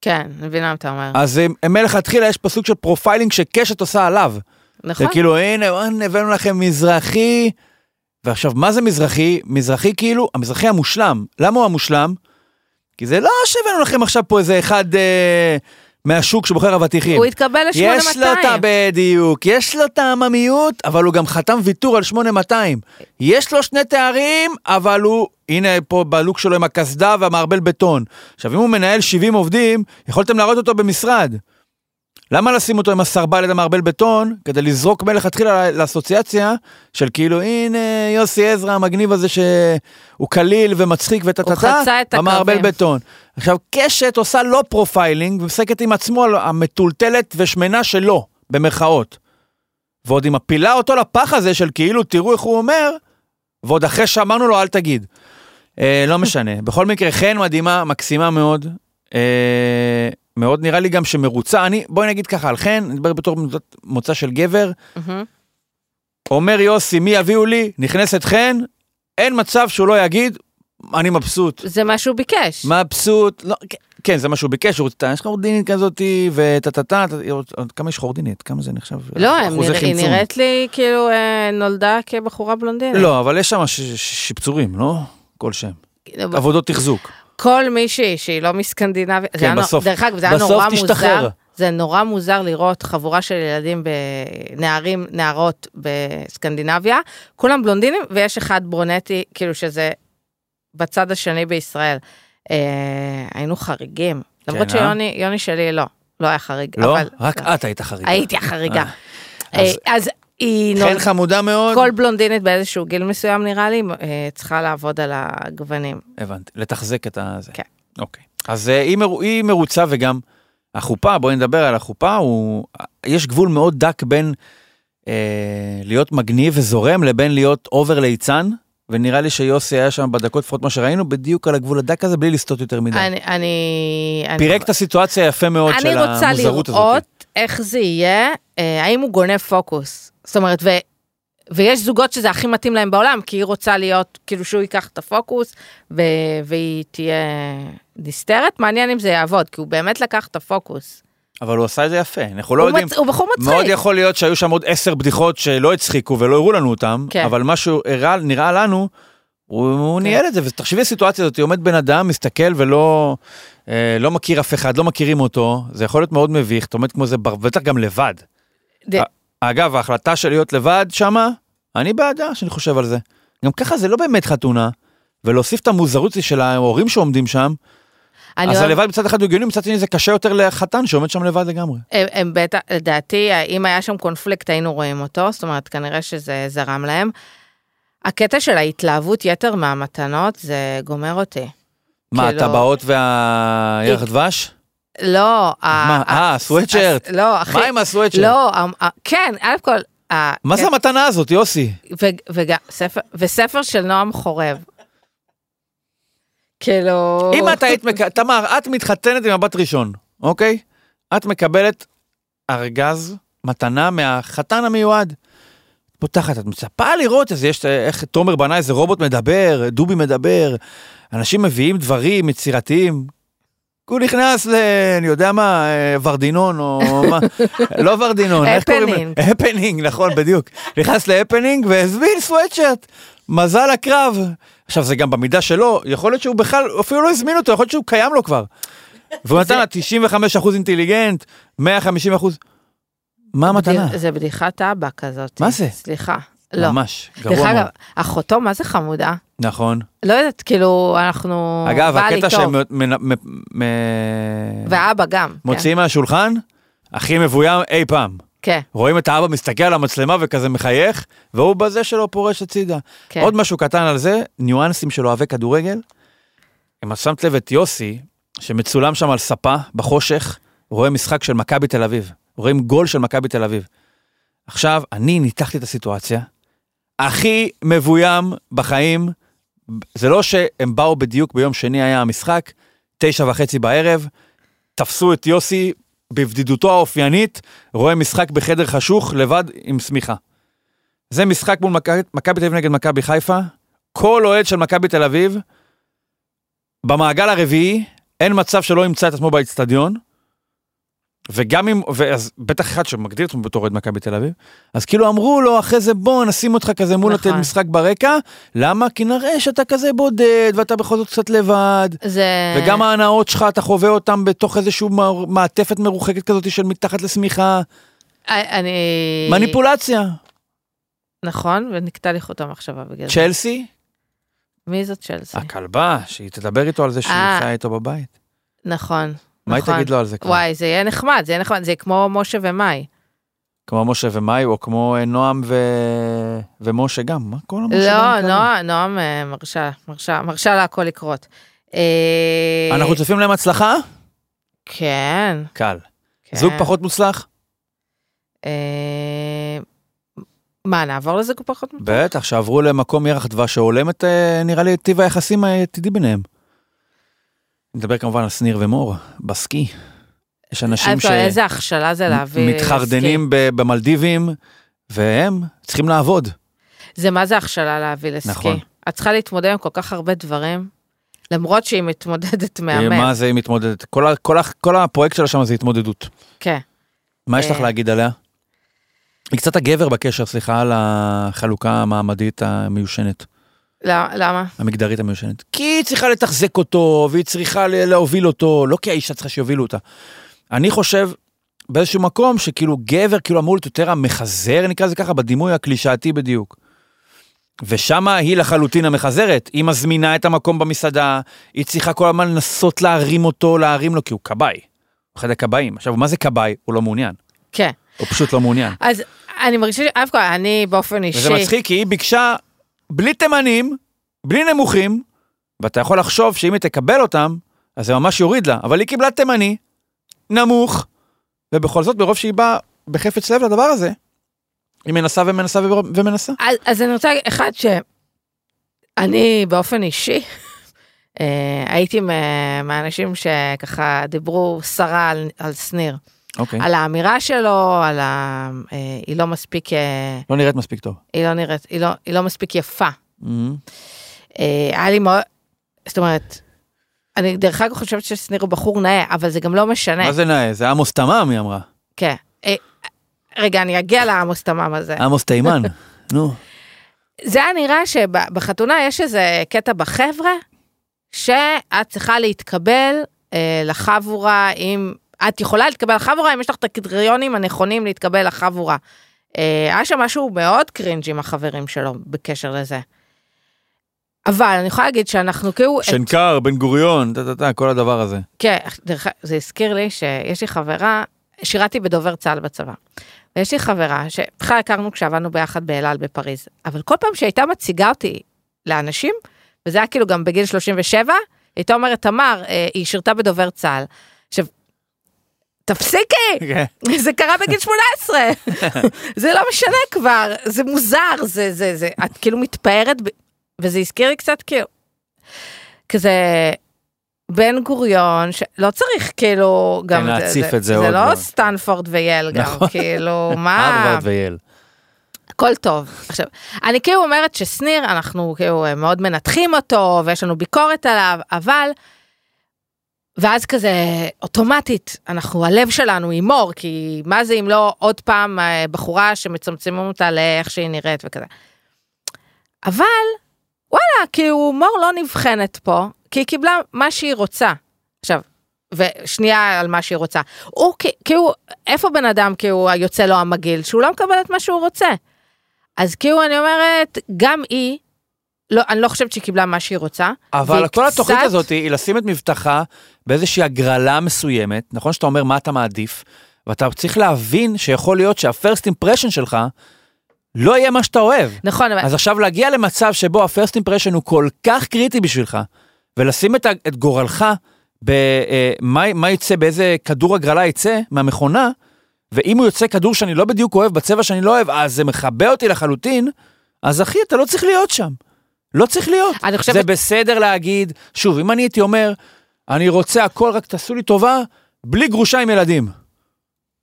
Speaker 2: כן, אני מבינה מה אתה אומר.
Speaker 1: אז הם- הם מלכתחילה יש פה סוג של פרופיילינג שקשת עושה עליו.
Speaker 2: נכון.
Speaker 1: זה כאילו, הנה, וואן, הבאנו לכם מזרחי. ועכשיו, מה זה מזרחי? מזרחי כאילו, המזרחי המושלם. למה הוא המושלם? כי זה לא שהבאנו לכם עכשיו פה איזה אחד אה, מהשוק שבוחר אבטיחים.
Speaker 2: הוא התקבל ל-8200.
Speaker 1: כאילו- יש לו את ה... בדיוק, יש לו את העממיות, אבל הוא גם חתם ויתור על 8200. יש לו שני תארים, אבל הוא, הנה פה בלוק שלו עם הקסדה והמערבל בטון. עכשיו, אם הוא מנהל 70 עובדים, יכולתם להראות אותו במשרד. למה לשים אותו עם הסרבל ליד המערבל בטון, כדי לזרוק מלכתחילה לאסוציאציה של כאילו, הנה יוסי עזרא המגניב הזה שהוא קליל ומצחיק וטה טה
Speaker 2: הוא חצה את
Speaker 1: במערבל
Speaker 2: הקווים.
Speaker 1: בטון. עכשיו, קשת עושה לא פרופיילינג ומשחקת עם עצמו על המטולטלת ושמנה שלו, במרכאות. ועוד היא מפילה אותו לפח הזה של כאילו, תראו איך הוא אומר, ועוד אחרי שאמרנו לו, אל תגיד. אה, לא משנה. בכל מקרה, חן מדהימה, מקסימה מאוד. אה, מאוד נראה לי גם שמרוצה. אני, בואי נגיד ככה, על חן, אני מדבר בתור מוצא- מוצא של גבר.
Speaker 2: מהמם.
Speaker 1: אומר יוסי, מי יביאו לי? נכנסת חן, אין מצב שהוא לא יגיד, אני מבסוט.
Speaker 2: זה מה שהוא ביקש.
Speaker 1: מבסוט, לא, כ- כן, זה מה שהוא ביקש, הוא רוצה, יש לך חורדינית כזאתי, וטה טה טה, טה, עוד- עוד כמה יש חורדינית? כמה זה נחשב?
Speaker 2: לא, הם
Speaker 1: אחוזי
Speaker 2: נרא- היא
Speaker 1: חמצון.
Speaker 2: נראית לי כאילו אה, נולדה כבחורה בלונדינית.
Speaker 1: לא, אבל יש שם ש- ש- שפצורים, לא? כל שם.
Speaker 2: כאילו,
Speaker 1: עבודות תחזוק.
Speaker 2: כל מישהי שהיא לא מסקנדינביה, זה
Speaker 1: כן,
Speaker 2: היה נו-
Speaker 1: בסוף-
Speaker 2: דרך אגב, זה היה
Speaker 1: בסוף
Speaker 2: נורא
Speaker 1: תשתחרר.
Speaker 2: מוזר. זה נורא מוזר לראות חבורה של ילדים, ב- נערים, נערות בסקנדינביה, כולם בלונדינים, ויש אחד ברונטי, כאילו שזה בצד השני בישראל. אה, היינו חריגים, למרות
Speaker 1: כן, אה?
Speaker 2: שיוני יוני שלי לא, לא היה חריג.
Speaker 1: לא?
Speaker 2: אבל-
Speaker 1: רק את היית חריגה.
Speaker 2: הייתי החריגה.
Speaker 1: אה,
Speaker 2: אה,
Speaker 1: אז-
Speaker 2: אז היא
Speaker 1: חן
Speaker 2: נולדה...
Speaker 1: חמודה מאוד.
Speaker 2: כל בלונדינית באיזשהו גיל מסוים נראה לי אה, צריכה לעבוד על הגוונים.
Speaker 1: הבנתי, לתחזק את ה... זה.
Speaker 2: כן.
Speaker 1: אוקיי. אז אה, היא מרו- היא מרוצה וגם החופה, בואי נדבר על החופה, הוא... יש גבול מאוד דק בין אה, להיות מגניב וזורם לבין להיות אובר ליצן, ונראה לי שיוסי היה שם בדקות, לפחות מה שראינו, בדיוק על הגבול הדק הזה, בלי לסטות יותר מדי.
Speaker 2: אני, אני, אני-
Speaker 1: פירק את הסיטואציה היפה מאוד של
Speaker 2: אני רוצה
Speaker 1: המוזרות הזאת.
Speaker 2: לראות איך זה יהיה, אה, האם הוא גונב פוקוס. זאת אומרת, ו, ויש זוגות שזה הכי מתאים להם בעולם, כי היא רוצה להיות, כאילו שהוא ייקח את הפוקוס, ו, והיא תהיה נסתרת, מעניין אם זה יעבוד, כי הוא באמת לקח את הפוקוס.
Speaker 1: אבל הוא עשה את זה יפה, אנחנו לא
Speaker 2: הוא,
Speaker 1: יודעים.
Speaker 2: מצ, הוא בחור מצחיק.
Speaker 1: מאוד יכול להיות שהיו שם עוד עשר בדיחות שלא הצחיקו ולא הראו לנו אותם,
Speaker 2: כן.
Speaker 1: אבל מה שהוא הראה, נראה לנו, הוא, הוא
Speaker 2: כן.
Speaker 1: ניהל את זה, ותחשבי הסיטואציה הזאת, עומד בן אדם, מסתכל ולא אה, לא מכיר אף אחד, לא מכירים אותו, זה יכול להיות מאוד מביך, אתה עומד כמו זה, בר- בטח גם לבד.
Speaker 2: ד-
Speaker 1: אגב, ההחלטה של להיות לבד שמה, אני בעדה שאני חושב על זה. גם ככה זה לא באמת חתונה, ולהוסיף את המוזרות הזו של ההורים שעומדים שם,
Speaker 2: אני
Speaker 1: אז
Speaker 2: אוהב-
Speaker 1: הלבד מצד אחד הוא הגיוני, מצד שני זה קשה יותר לחתן שעומד שם לבד לגמרי.
Speaker 2: הם, הם בטח, לדעתי, אם היה שם קונפליקט היינו רואים אותו, זאת אומרת, כנראה שזה זרם להם. הקטע של ההתלהבות יתר מהמתנות, זה גומר אותי.
Speaker 1: מה,
Speaker 2: כאילו-
Speaker 1: הטבעות והירח דבש?
Speaker 2: לא, ה-
Speaker 1: מה,
Speaker 2: ה-
Speaker 1: אה, הסוואטשרט.
Speaker 2: הס- לא, אחי.
Speaker 1: מה עם הסוואטשרט?
Speaker 2: לא, ה- ה- כן, אלף כל... ה-
Speaker 1: מה זה
Speaker 2: כן,
Speaker 1: המתנה הזאת, יוסי?
Speaker 2: ו- וגם ספר, וספר של נועם חורב. כאילו...
Speaker 1: אם את היית, מק- תמר, את מתחתנת עם הבת ראשון, אוקיי? את מקבלת ארגז מתנה מהחתן המיועד. את פותחת, את מצפה לראות איזה, יש, איך תומר בנה איזה רובוט מדבר, דובי מדבר, אנשים מביאים דברים יצירתיים. הוא נכנס ל... אני יודע מה, אה, ורדינון או מה, לא ורדינון, איך קוראים לזה?
Speaker 2: הפנינג.
Speaker 1: הפנינג, נכון, בדיוק. נכנס להפנינג והזמין סוואטשרט. מזל הקרב. עכשיו, זה גם במידה שלו, יכול להיות שהוא בכלל, אפילו לא הזמין אותו, יכול להיות שהוא קיים לו כבר. והוא נתן לה 95% אינטליגנט, 150%. מה המתנה?
Speaker 2: זה בדיחת אבא כזאת.
Speaker 1: מה זה?
Speaker 2: סליחה. לא.
Speaker 1: ממש,
Speaker 2: דרך
Speaker 1: גרוע
Speaker 2: אגב,
Speaker 1: מאוד.
Speaker 2: אחותו, מה זה חמודה?
Speaker 1: נכון.
Speaker 2: לא יודעת, כאילו, אנחנו...
Speaker 1: אגב,
Speaker 2: בא לי
Speaker 1: הקטע
Speaker 2: טוב.
Speaker 1: שהם מ- מ- מ-
Speaker 2: ואבא גם. כן. מוציא...
Speaker 1: מוציאים מהשולחן, הכי מבוים אי פעם.
Speaker 2: כן.
Speaker 1: רואים את האבא מסתכל על המצלמה וכזה מחייך, והוא בזה שלו פורש הצידה.
Speaker 2: כן.
Speaker 1: עוד משהו קטן על זה, ניואנסים של אוהבי כדורגל. אם את שמת לב את יוסי, שמצולם שם על ספה, בחושך, רואה משחק של מכבי תל אביב. רואים גול של מכבי תל אביב. עכשיו, אני ניתחתי את הסיטואציה. הכי מבוים בחיים, זה לא שהם באו בדיוק ביום שני היה המשחק, תשע וחצי בערב, תפסו את יוסי בבדידותו האופיינית, רואה משחק בחדר חשוך לבד עם שמיכה. זה משחק מול מכבי- מכבי תל אביב נגד מכבי חיפה. כל אוהד של מכבי תל אביב, במעגל הרביעי, אין מצב שלא ימצא את עצמו באצטדיון. וגם אם, ואז בטח אחד שמגדיר את עצמו בתור אוהד מכבי תל אביב, אז כאילו אמרו לו, אחרי זה בוא נשים אותך כזה מול
Speaker 2: נכון.
Speaker 1: נכון. משחק ברקע, למה? כי נראה שאתה כזה בודד, ואתה בכל זאת קצת לבד,
Speaker 2: זה...
Speaker 1: וגם ההנאות שלך, אתה חווה אותן בתוך איזושהי מעטפת מרוחקת כזאת של מתחת לשמיכה.
Speaker 2: אה, אני...
Speaker 1: מניפולציה.
Speaker 2: כן. נכון, ונקטע לי חוט המחשבה בגלל זה.
Speaker 1: צ'לסי?
Speaker 2: מי זאת צ'לסי?
Speaker 1: הכלבה, שהיא תדבר איתו על זה שהיא
Speaker 2: אה.
Speaker 1: חיה איתו בבית.
Speaker 2: נכון.
Speaker 1: מה היא
Speaker 2: נכון.
Speaker 1: תגיד לו על זה כבר?
Speaker 2: וואי, זה יהיה נחמד, זה יהיה נחמד, זה כמו משה ומאי.
Speaker 1: כמו משה ומאי, או כמו אה, נועם ו... ומשה גם, מה כל המשה
Speaker 2: לא,
Speaker 1: גם כאלה?
Speaker 2: נועם, נועם אה, מרשה, מרשה, מרשה לה הכל לקרות. אה,
Speaker 1: אנחנו צופים להם הצלחה?
Speaker 2: כן.
Speaker 1: קל.
Speaker 2: כן.
Speaker 1: זוג פחות מוצלח?
Speaker 2: אה, מה, נעבור לזוג פחות?
Speaker 1: בטח, שעברו למקום ירח דבש שהולם את, אה, נראה לי, את טיב היחסים העתידי ביניהם. נדבר כמובן על שניר ומור, בסקי. יש אנשים
Speaker 2: אלף,
Speaker 1: ש...
Speaker 2: איזה הכשלה זה להביא... כן.
Speaker 1: מתחרדנים ב- במלדיבים, והם צריכים לעבוד.
Speaker 2: זה מה זה הכשלה להביא לסקי.
Speaker 1: נכון.
Speaker 2: נכון. את צריכה להתמודד עם כל כך הרבה דברים, למרות שהיא מתמודדת מהמם.
Speaker 1: אה, מה זה היא מתמודדת? כל, ה- כל, ה- כל הפרויקט שלה שם זה התמודדות.
Speaker 2: כן.
Speaker 1: מה יש לך
Speaker 2: אה.
Speaker 1: להגיד עליה? היא קצת הגבר בקשר, סליחה, על החלוקה המעמדית המיושנת,
Speaker 2: למ- לא, למה?
Speaker 1: המגדרית המיושנת. כי היא צריכה לתחזק אותו, והיא צריכה ל- להוביל אותו, לא כי האישה צריכה שיובילו אותה. אני חושב, באיזשהו מקום, שכאילו גבר כאילו אמור להיות יותר המחזר, נקרא לזה ככה, בדימוי הקלישאתי בדיוק. ושמה היא לחלוטין המחזרת, היא מזמינה את המקום במסעדה, היא צריכה כל הזמן לנסות להרים אותו, להרים לו, כי הוא כבאי. הוא אחד הכבאים. עכשיו, מה זה כבאי? הוא לא מעוניין.
Speaker 2: כן.
Speaker 1: הוא פשוט לא מעוניין.
Speaker 2: אז אני מרגישה, ש- אף כל, אני באופן אישי...
Speaker 1: וזה מצחיק, כי היא ביקשה בלי תימנים, בלי נמוכים, ואתה יכול לחשוב שאם היא תקבל אותם, אז זה ממש יוריד לה, אבל היא קיבלה תימני, נמוך, ובכל זאת, מרוב שהיא באה בחפץ לב לדבר הזה, היא מנסה ומנסה ומר- ומנסה.
Speaker 2: אז, אז אני רוצה להגיד, אחד, ש... אני באופן אישי, אה, הייתי מה- מהאנשים שככה דיברו סרה על, על שניר,
Speaker 1: אוקיי.
Speaker 2: על האמירה שלו, על ה... אה, היא לא מספיק, אה,
Speaker 1: לא נראית מספיק טוב.
Speaker 2: היא לא נראית, היא לא, היא לא מספיק יפה.
Speaker 1: מהמם.
Speaker 2: אה, היה לי מאוד, זאת אומרת, אני דרך אגב חושבת ששניר הוא בחור נאה, אבל זה גם לא משנה.
Speaker 1: מה זה נאה? זה עמוס תמם, היא אמרה.
Speaker 2: כן. אה, רגע, אני אגיע לעמוס תמם הזה.
Speaker 1: עמוס תימן. נו.
Speaker 2: זה היה נראה שבחתונה יש איזה קטע בחבר'ה, שאת צריכה להתקבל אה, לחבורה עם... את יכולה להתקבל לחבורה אם יש לך את הקריטריונים הנכונים להתקבל לחבורה. אה, היה שם משהו מאוד קרינג' עם החברים שלו בקשר לזה. אבל אני יכולה להגיד שאנחנו כאילו...
Speaker 1: שנקר, בן גוריון, טה טה טה, כל הדבר הזה.
Speaker 2: כן, דרך, זה הזכיר לי שיש לי חברה, שירתי בדובר צה"ל בצבא. ויש לי חברה שבכלל הכרנו כשעבדנו ביחד באל על בפריז, אבל כל פעם שהייתה מציגה אותי לאנשים, וזה היה כאילו גם בגיל 37, היא הייתה אומרת, תמר, אה, היא שירתה בדובר צה"ל. עכשיו,
Speaker 1: כן.
Speaker 2: תפסיקי! זה קרה בגיל 18, זה לא משנה כבר, זה מוזר, זה, זה, זה, את כאילו מתפארת, ב- וזה הזכיר לי קצת כאילו, כזה בן גוריון, שלא צריך כאילו, גם,
Speaker 1: כן,
Speaker 2: זה-
Speaker 1: להציף
Speaker 2: זה,
Speaker 1: את זה
Speaker 2: זה
Speaker 1: עוד
Speaker 2: לא
Speaker 1: ועוד.
Speaker 2: סטנפורד וייל גם,
Speaker 1: נכון.
Speaker 2: כאילו, מה,
Speaker 1: הרווארד וייל.
Speaker 2: הכל טוב. עכשיו, אני כאילו אומרת ששניר, אנחנו כאילו אה, מאוד מנתחים אותו, ויש לנו ביקורת עליו, אבל... ואז כזה אוטומטית, אנחנו, הלב שלנו היא מור, כי מה זה אם לא עוד פעם אה, בחורה שמצמצמים אותה לאיך שהיא נראית וכזה. אבל, וואלה, כאילו מור לא נבחנת פה, כי היא קיבלה מה שהיא רוצה. עכשיו, ושנייה על מה שהיא רוצה. הוא כ- כאילו, איפה בן אדם כאילו היוצא לו המגעיל, שהוא לא מקבל את מה שהוא רוצה? אז כאילו אני אומרת, גם היא, לא, אני לא חושבת שהיא קיבלה מה שהיא רוצה.
Speaker 1: אבל
Speaker 2: והיא
Speaker 1: כל התוכנית
Speaker 2: קצת-
Speaker 1: הזאת היא לשים את מבטחה באיזושהי הגרלה מסוימת, נכון שאתה אומר מה אתה מעדיף, ואתה צריך להבין שיכול להיות שה-first impression שלך לא יהיה מה שאתה אוהב.
Speaker 2: נכון, אבל...
Speaker 1: אז עכשיו להגיע למצב שבו ה-first impression הוא כל כך קריטי בשבילך, ולשים את, ה- את גורלך במה מה יצא, באיזה כדור הגרלה יצא מהמכונה, ואם הוא יוצא כדור שאני לא בדיוק אוהב, בצבע שאני לא אוהב, אז זה מכבה אותי לחלוטין, אז אחי, אתה לא צריך להיות שם. לא צריך להיות.
Speaker 2: אני חושבת-
Speaker 1: זה בסדר להגיד, שוב, אם אני הייתי אומר, אני רוצה הכל, רק תעשו לי טובה, בלי גרושה עם ילדים.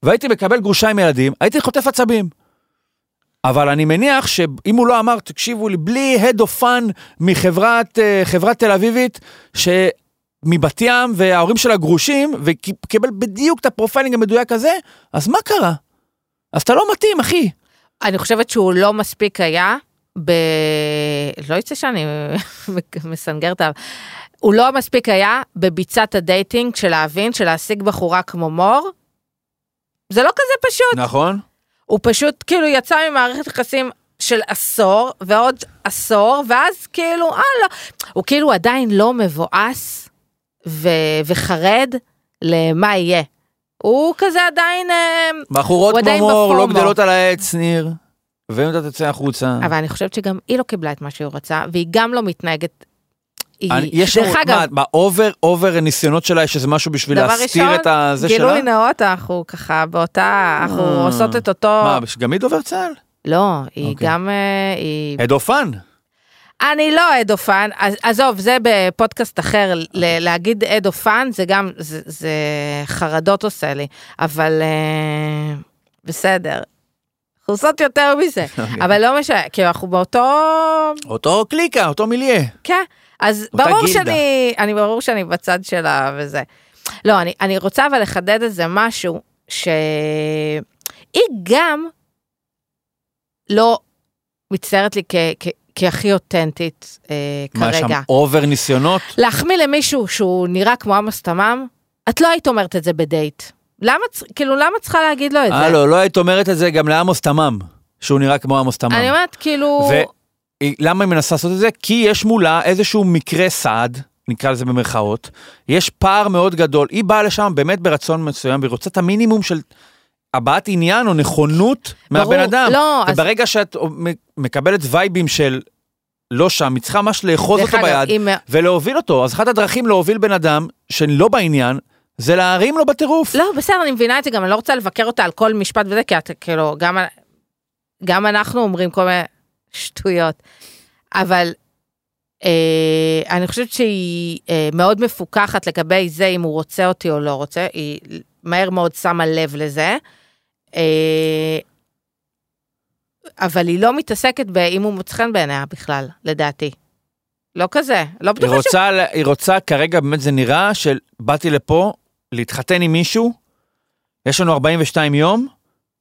Speaker 1: והייתי מקבל גרושה עם ילדים, הייתי חוטף עצבים. אבל אני מניח שאם הוא לא אמר, תקשיבו לי, בלי הד אוף פאן מחברת אה, חברה תל אביבית, שמבת ים וההורים שלה גרושים, וקיבל בדיוק את הפרופיילינג המדויק הזה, אז מה קרה? אז אתה לא מתאים, אחי.
Speaker 2: אני חושבת שהוא לא מספיק היה, ב... לא יצא שאני מסנגרת עליו, הוא לא מספיק היה בביצת הדייטינג של להבין שלהשיג בחורה כמו מור, זה לא כזה פשוט,
Speaker 1: נכון.
Speaker 2: הוא פשוט כאילו יצא ממערכת יחסים של עשור ועוד עשור, ואז כאילו, אה לא, הוא כאילו עדיין לא מבואס ו... וחרד למה יהיה. הוא כזה עדיין אה,
Speaker 1: בחורות
Speaker 2: הוא
Speaker 1: כמו
Speaker 2: עדיין
Speaker 1: מור לא
Speaker 2: בפומו.
Speaker 1: גדלות על העץ, ניר. ואם אתה תצא החוצה...
Speaker 2: אבל אני חושבת שגם היא לא קיבלה את מה שהיא רוצה, והיא גם לא מתנהגת. היא,
Speaker 1: אני- יש
Speaker 2: דרך
Speaker 1: שם-
Speaker 2: אגב,
Speaker 1: מה, באובר, אובר הניסיונות שלה יש איזה משהו בשביל
Speaker 2: דבר
Speaker 1: להסתיר
Speaker 2: ראשון, נכון.
Speaker 1: את הזה שלה?
Speaker 2: גילוי נאות, אנחנו ככה באותה, אנחנו
Speaker 1: אה.
Speaker 2: עושות את אותו...
Speaker 1: מה, גם היא דובר צה"ל?
Speaker 2: לא, היא
Speaker 1: אוקיי.
Speaker 2: גם... אה, היא...
Speaker 1: עד אופן.
Speaker 2: אני לא אד אופן, אז- עזוב, זה בפודקאסט אחר,
Speaker 1: אוקיי.
Speaker 2: ל- להגיד אד אופן זה גם, זה זה חרדות עושה לי, אבל אה, בסדר. אנחנו עושות יותר מזה,
Speaker 1: אוקיי.
Speaker 2: אבל לא משנה, כאילו אנחנו באותו...
Speaker 1: אותו קליקה, אותו מיליה.
Speaker 2: כן, אז
Speaker 1: אותה
Speaker 2: ברור
Speaker 1: גילדה.
Speaker 2: שאני, אני ברור שאני בצד שלה וזה. לא, אני, אני רוצה אבל לחדד איזה משהו, שהיא גם לא מצטערת לי כ, כ, כהכי אותנטית אה,
Speaker 1: מה, יש
Speaker 2: כרגע.
Speaker 1: שם אובר ניסיונות?
Speaker 2: להחמיא למישהו שהוא נראה כמו עמוס תמם, את לא היית אומרת את זה בדייט. למה, צ- כאילו, למה צריכה להגיד לו את זה?
Speaker 1: הלו, לא היית אומרת את זה גם לעמוס תמם, שהוא נראה כמו עמוס תמם.
Speaker 2: אני אומרת, כאילו...
Speaker 1: ולמה היא מנסה לעשות את זה? כי יש מולה איזשהו מקרה סעד, נקרא לזה במרכאות, יש פער מאוד גדול, היא באה לשם באמת ברצון מסוים, והיא רוצה את המינימום של הבעת עניין או נכונות
Speaker 2: ברור,
Speaker 1: מהבן אדם.
Speaker 2: לא, אז-
Speaker 1: וברגע שאת מ- מקבלת וייבים של לא שם, היא צריכה ממש לאחוז
Speaker 2: דרך
Speaker 1: אותו
Speaker 2: אגב,
Speaker 1: ביד
Speaker 2: היא מא-
Speaker 1: ולהוביל אותו. אז אחת הדרכים להוביל בן אדם שלא בעניין, זה להרים לו בטירוף.
Speaker 2: לא, בסדר, אני מבינה את זה, גם אני לא רוצה לבקר אותה על כל משפט וזה, כי את, כאילו, גם, גם אנחנו אומרים כל מיני שטויות. אבל אה, אני חושבת שהיא אה, מאוד מפוקחת לגבי זה אם הוא רוצה אותי או לא רוצה, היא מהר מאוד שמה לב לזה. אה, אבל היא לא מתעסקת באם הוא מוצא חן בעיניה בכלל, לדעתי. לא כזה, לא
Speaker 1: היא
Speaker 2: בטוחה
Speaker 1: רוצה, ל- היא רוצה, כרגע באמת זה נראה של באתי לפה להתחתן עם מישהו, יש לנו 42 יום,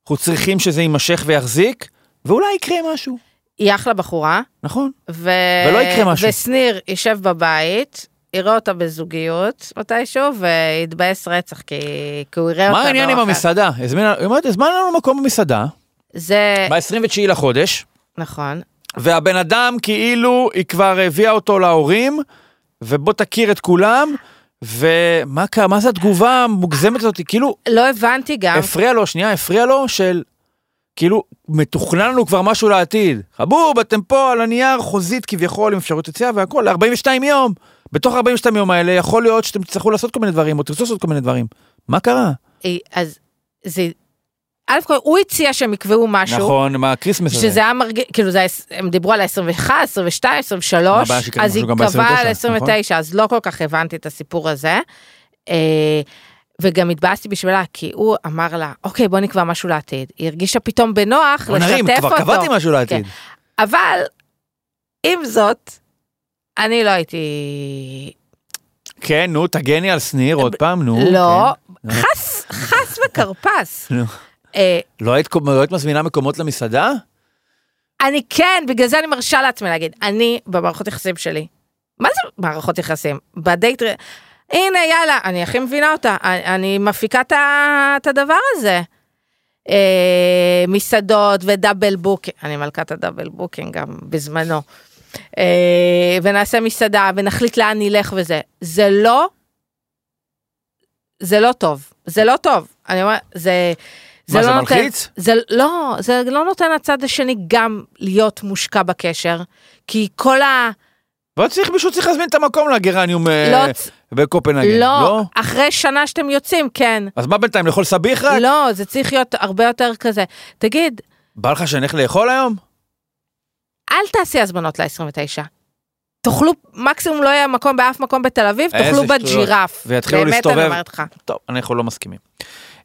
Speaker 1: אנחנו צריכים שזה יימשך ויחזיק, ואולי יקרה משהו,
Speaker 2: שהיא אחלה בחורה.
Speaker 1: נכון?
Speaker 2: ו...
Speaker 1: ולא יקרה משהו.
Speaker 2: ושניר יישב בבית, יראה אותה בזוגיות מתישהו, ויתבאס רצח, כי, כי הוא יראה אותה.
Speaker 1: מה העניין עם
Speaker 2: באוכל.
Speaker 1: המסעדה? הזמינה- היא אומרת, הזמן לנו מקום במסעדה,
Speaker 2: זה,
Speaker 1: ב-29 לחודש,
Speaker 2: נכון.
Speaker 1: והבן אדם כאילו, היא כבר הביאה אותו להורים, ובוא תכיר את כולם, ומה קרה, מה זה התגובה המוגזמת הזאת? כאילו,
Speaker 2: לא הבנתי גם,
Speaker 1: הפריע לו, שנייה, הפריע לו של, כאילו, מתוכנן לנו כבר משהו לעתיד. חבוב, אתם פה על הנייר, חוזית כביכול עם אפשרות יציאה והכל, ל-42 יום. בתוך 42 יום האלה יכול להיות שאתם תצטרכו לעשות כל מיני דברים, או תרצו לעשות כל מיני דברים. מה קרה?
Speaker 2: היא- אז זה, א' כל הוא הציע שהם יקבעו משהו.
Speaker 1: נכון, מה הקריסמס הזה?
Speaker 2: שזה היה מרגיש, כאילו זה, היה- הם דיברו על ה-21, 22, 23,
Speaker 1: מה הבעיה שיקרה
Speaker 2: אז היא
Speaker 1: משהו גם נכון?
Speaker 2: קבעה על
Speaker 1: ב-
Speaker 2: 29, אז לא כל כך הבנתי את הסיפור הזה. אה, וגם התבאסתי בשבילה, כי הוא אמר לה, אוקיי, בוא נקבע משהו לעתיד. היא הרגישה פתאום בנוח
Speaker 1: בוא
Speaker 2: לשתף
Speaker 1: נרים,
Speaker 2: אותו. כן.
Speaker 1: כבר קבעתי משהו לעתיד.
Speaker 2: אבל, עם זאת, אני לא הייתי...
Speaker 1: כן, נו, תגני על שניר עוד פעם, נו.
Speaker 2: לא,
Speaker 1: נו.
Speaker 2: חס, חס וכרפס.
Speaker 1: נו.
Speaker 2: אה,
Speaker 1: כן. לא היית קו- לא היית מזמינה מקומות למסעדה?
Speaker 2: אני כן, בגלל זה אני מרשה לעצמי להגיד, אני במערכות יחסים שלי. מה זה מערכות יחסים? בדייט... ר- הנה, יאללה, אני הכי מבינה אותה, אני- אני מפיקה את ה- את הדבר הזה. אה, מסעדות ודאבל בוקינג, אני מלכת הדאבל בוקינג גם בזמנו. אה, ונעשה מסעדה ונחליט לאן נלך וזה. זה לא, זה לא טוב, זה לא טוב. אני אומרת, זה...
Speaker 1: מה, זה
Speaker 2: לא נותן-
Speaker 1: מלחיץ?
Speaker 2: זה לא, זה לא נותן לצד השני גם להיות מושקע בקשר, כי כל ה...
Speaker 1: לא צריך, מישהו צריך להזמין את המקום לגרניום אה,
Speaker 2: לא, צ-
Speaker 1: בקופנהגן,
Speaker 2: לא,
Speaker 1: לא?
Speaker 2: אחרי שנה שאתם יוצאים, כן.
Speaker 1: אז מה בינתיים, לאכול סביח רק?
Speaker 2: לא, זה צריך להיות הרבה יותר כזה. תגיד,
Speaker 1: בא לך שנלך לאכול היום?
Speaker 2: אל תעשי הזמנות ל-29. תאכלו, מקסימום לא יהיה מקום באף מקום בתל אביב,
Speaker 1: איזה
Speaker 2: תאכלו
Speaker 1: שטויות.
Speaker 2: בג'ירף.
Speaker 1: ויתחילו
Speaker 2: באמת,
Speaker 1: להסתובב.
Speaker 2: אני אומרת לך.
Speaker 1: טוב, אנחנו לא מסכימים.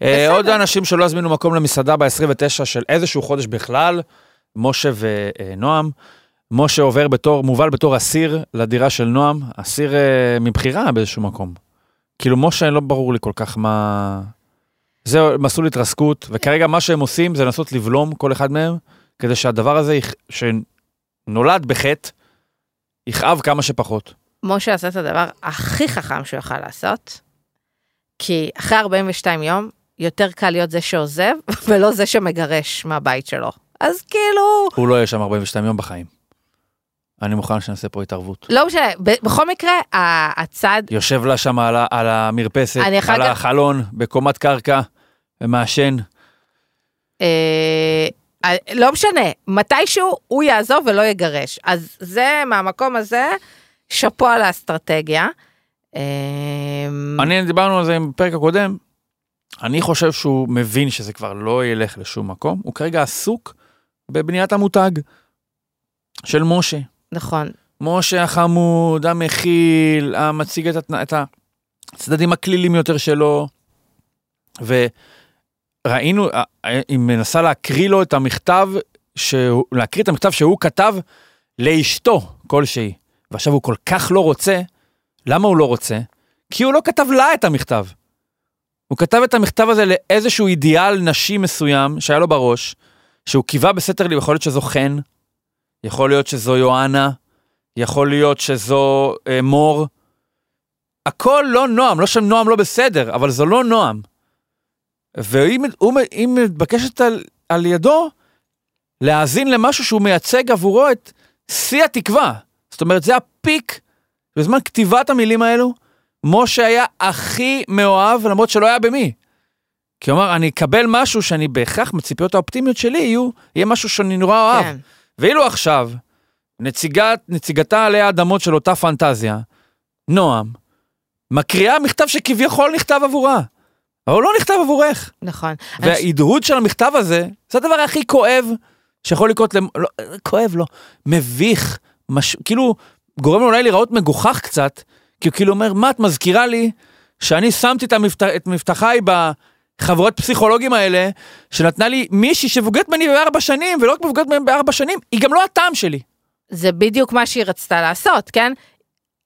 Speaker 1: אה, עוד אנשים שלא הזמינו מקום למסעדה ב-29 של איזשהו חודש בכלל, משה ונועם. משה עובר בתור, מובל בתור אסיר לדירה של נועם, אסיר אה, מבחירה באיזשהו מקום. כאילו, משה, לא ברור לי כל כך מה... זה מסלול התרסקות, וכרגע מה שהם עושים זה לנסות לבלום כל אחד מהם, כדי שהדבר הזה, יכ- שנולד בחטא, יכאב כמה שפחות.
Speaker 2: משה עשה את הדבר הכי חכם שהוא יכל לעשות, כי אחרי 42 יום, יותר קל להיות זה שעוזב, ולא זה שמגרש מהבית שלו. אז כאילו,
Speaker 1: הוא לא יהיה שם 42 יום בחיים. אני מוכן שנעשה פה התערבות.
Speaker 2: לא משנה, ב- בכל מקרה, ה- הצד,
Speaker 1: יושב לה שם על, ה- על המרפסת,
Speaker 2: אני אחר
Speaker 1: על
Speaker 2: כך- Mm. אה,
Speaker 1: החלון, בקומת קרקע, ומעשן.
Speaker 2: אה, לא משנה, מתישהו הוא יעזוב ולא יגרש. אז זה, מהמקום הזה, שאפו על האסטרטגיה. אה,
Speaker 1: אני, דיברנו על זה עם בפרק הקודם, אני חושב שהוא מבין שזה כבר לא ילך לשום מקום, הוא כרגע עסוק בבניית המותג של משה.
Speaker 2: נכון,
Speaker 1: משה החמוד, המכיל, המציג את, התנא, את הצדדים הקלילים יותר שלו. וראינו, אה, אה, היא מנסה להקריא לו את המכתב, שהוא, להקריא את המכתב שהוא כתב לאשתו כלשהי. ועכשיו הוא כל כך לא רוצה, למה הוא לא רוצה? כי הוא לא כתב לה את המכתב. הוא כתב את המכתב הזה לאיזשהו אידיאל נשי מסוים שהיה לו בראש, שהוא קיווה בסתר לי, יכול להיות שזו חן, יכול להיות שזו יואנה, יכול להיות שזו אה, מור. הכל לא נועם, לא שנועם לא בסדר, אבל זו לא נועם. ואם הוא, אם מתבקשת על, על ידו להאזין למשהו שהוא מייצג עבורו את שיא התקווה. זאת אומרת, זה הפיק בזמן כתיבת המילים האלו. משה היה הכי מאוהב, למרות שלא היה במי. כי הוא אמר, אני אקבל משהו שאני בהכרח, מציפיות האופטימיות שלי יהיו, יהיה משהו שאני נורא אוהב.
Speaker 2: כן.
Speaker 1: ואילו עכשיו, נציגת, נציגתה עלי האדמות של אותה פנטזיה, נועם, מקריאה מכתב שכביכול נכתב עבורה, אבל הוא לא נכתב עבורך.
Speaker 2: נכון. אני חושבת-
Speaker 1: וההדהוד של המכתב הזה, זה הדבר הכי כואב שיכול לקרות, למ... לא, כואב לא, מביך, מש... כאילו, גורם לו אולי להיראות מגוחך קצת, כי הוא כאילו אומר, מה את מזכירה לי שאני שמתי את, המבט... את מבטחיי בחברות פסיכולוגים האלה, שנתנה לי מישהי שבוגרת ממני בארבע שנים, ולא רק מבוגרת ממני בארבע שנים, היא גם לא הטעם שלי.
Speaker 2: זה בדיוק מה שהיא רצתה לעשות, כן?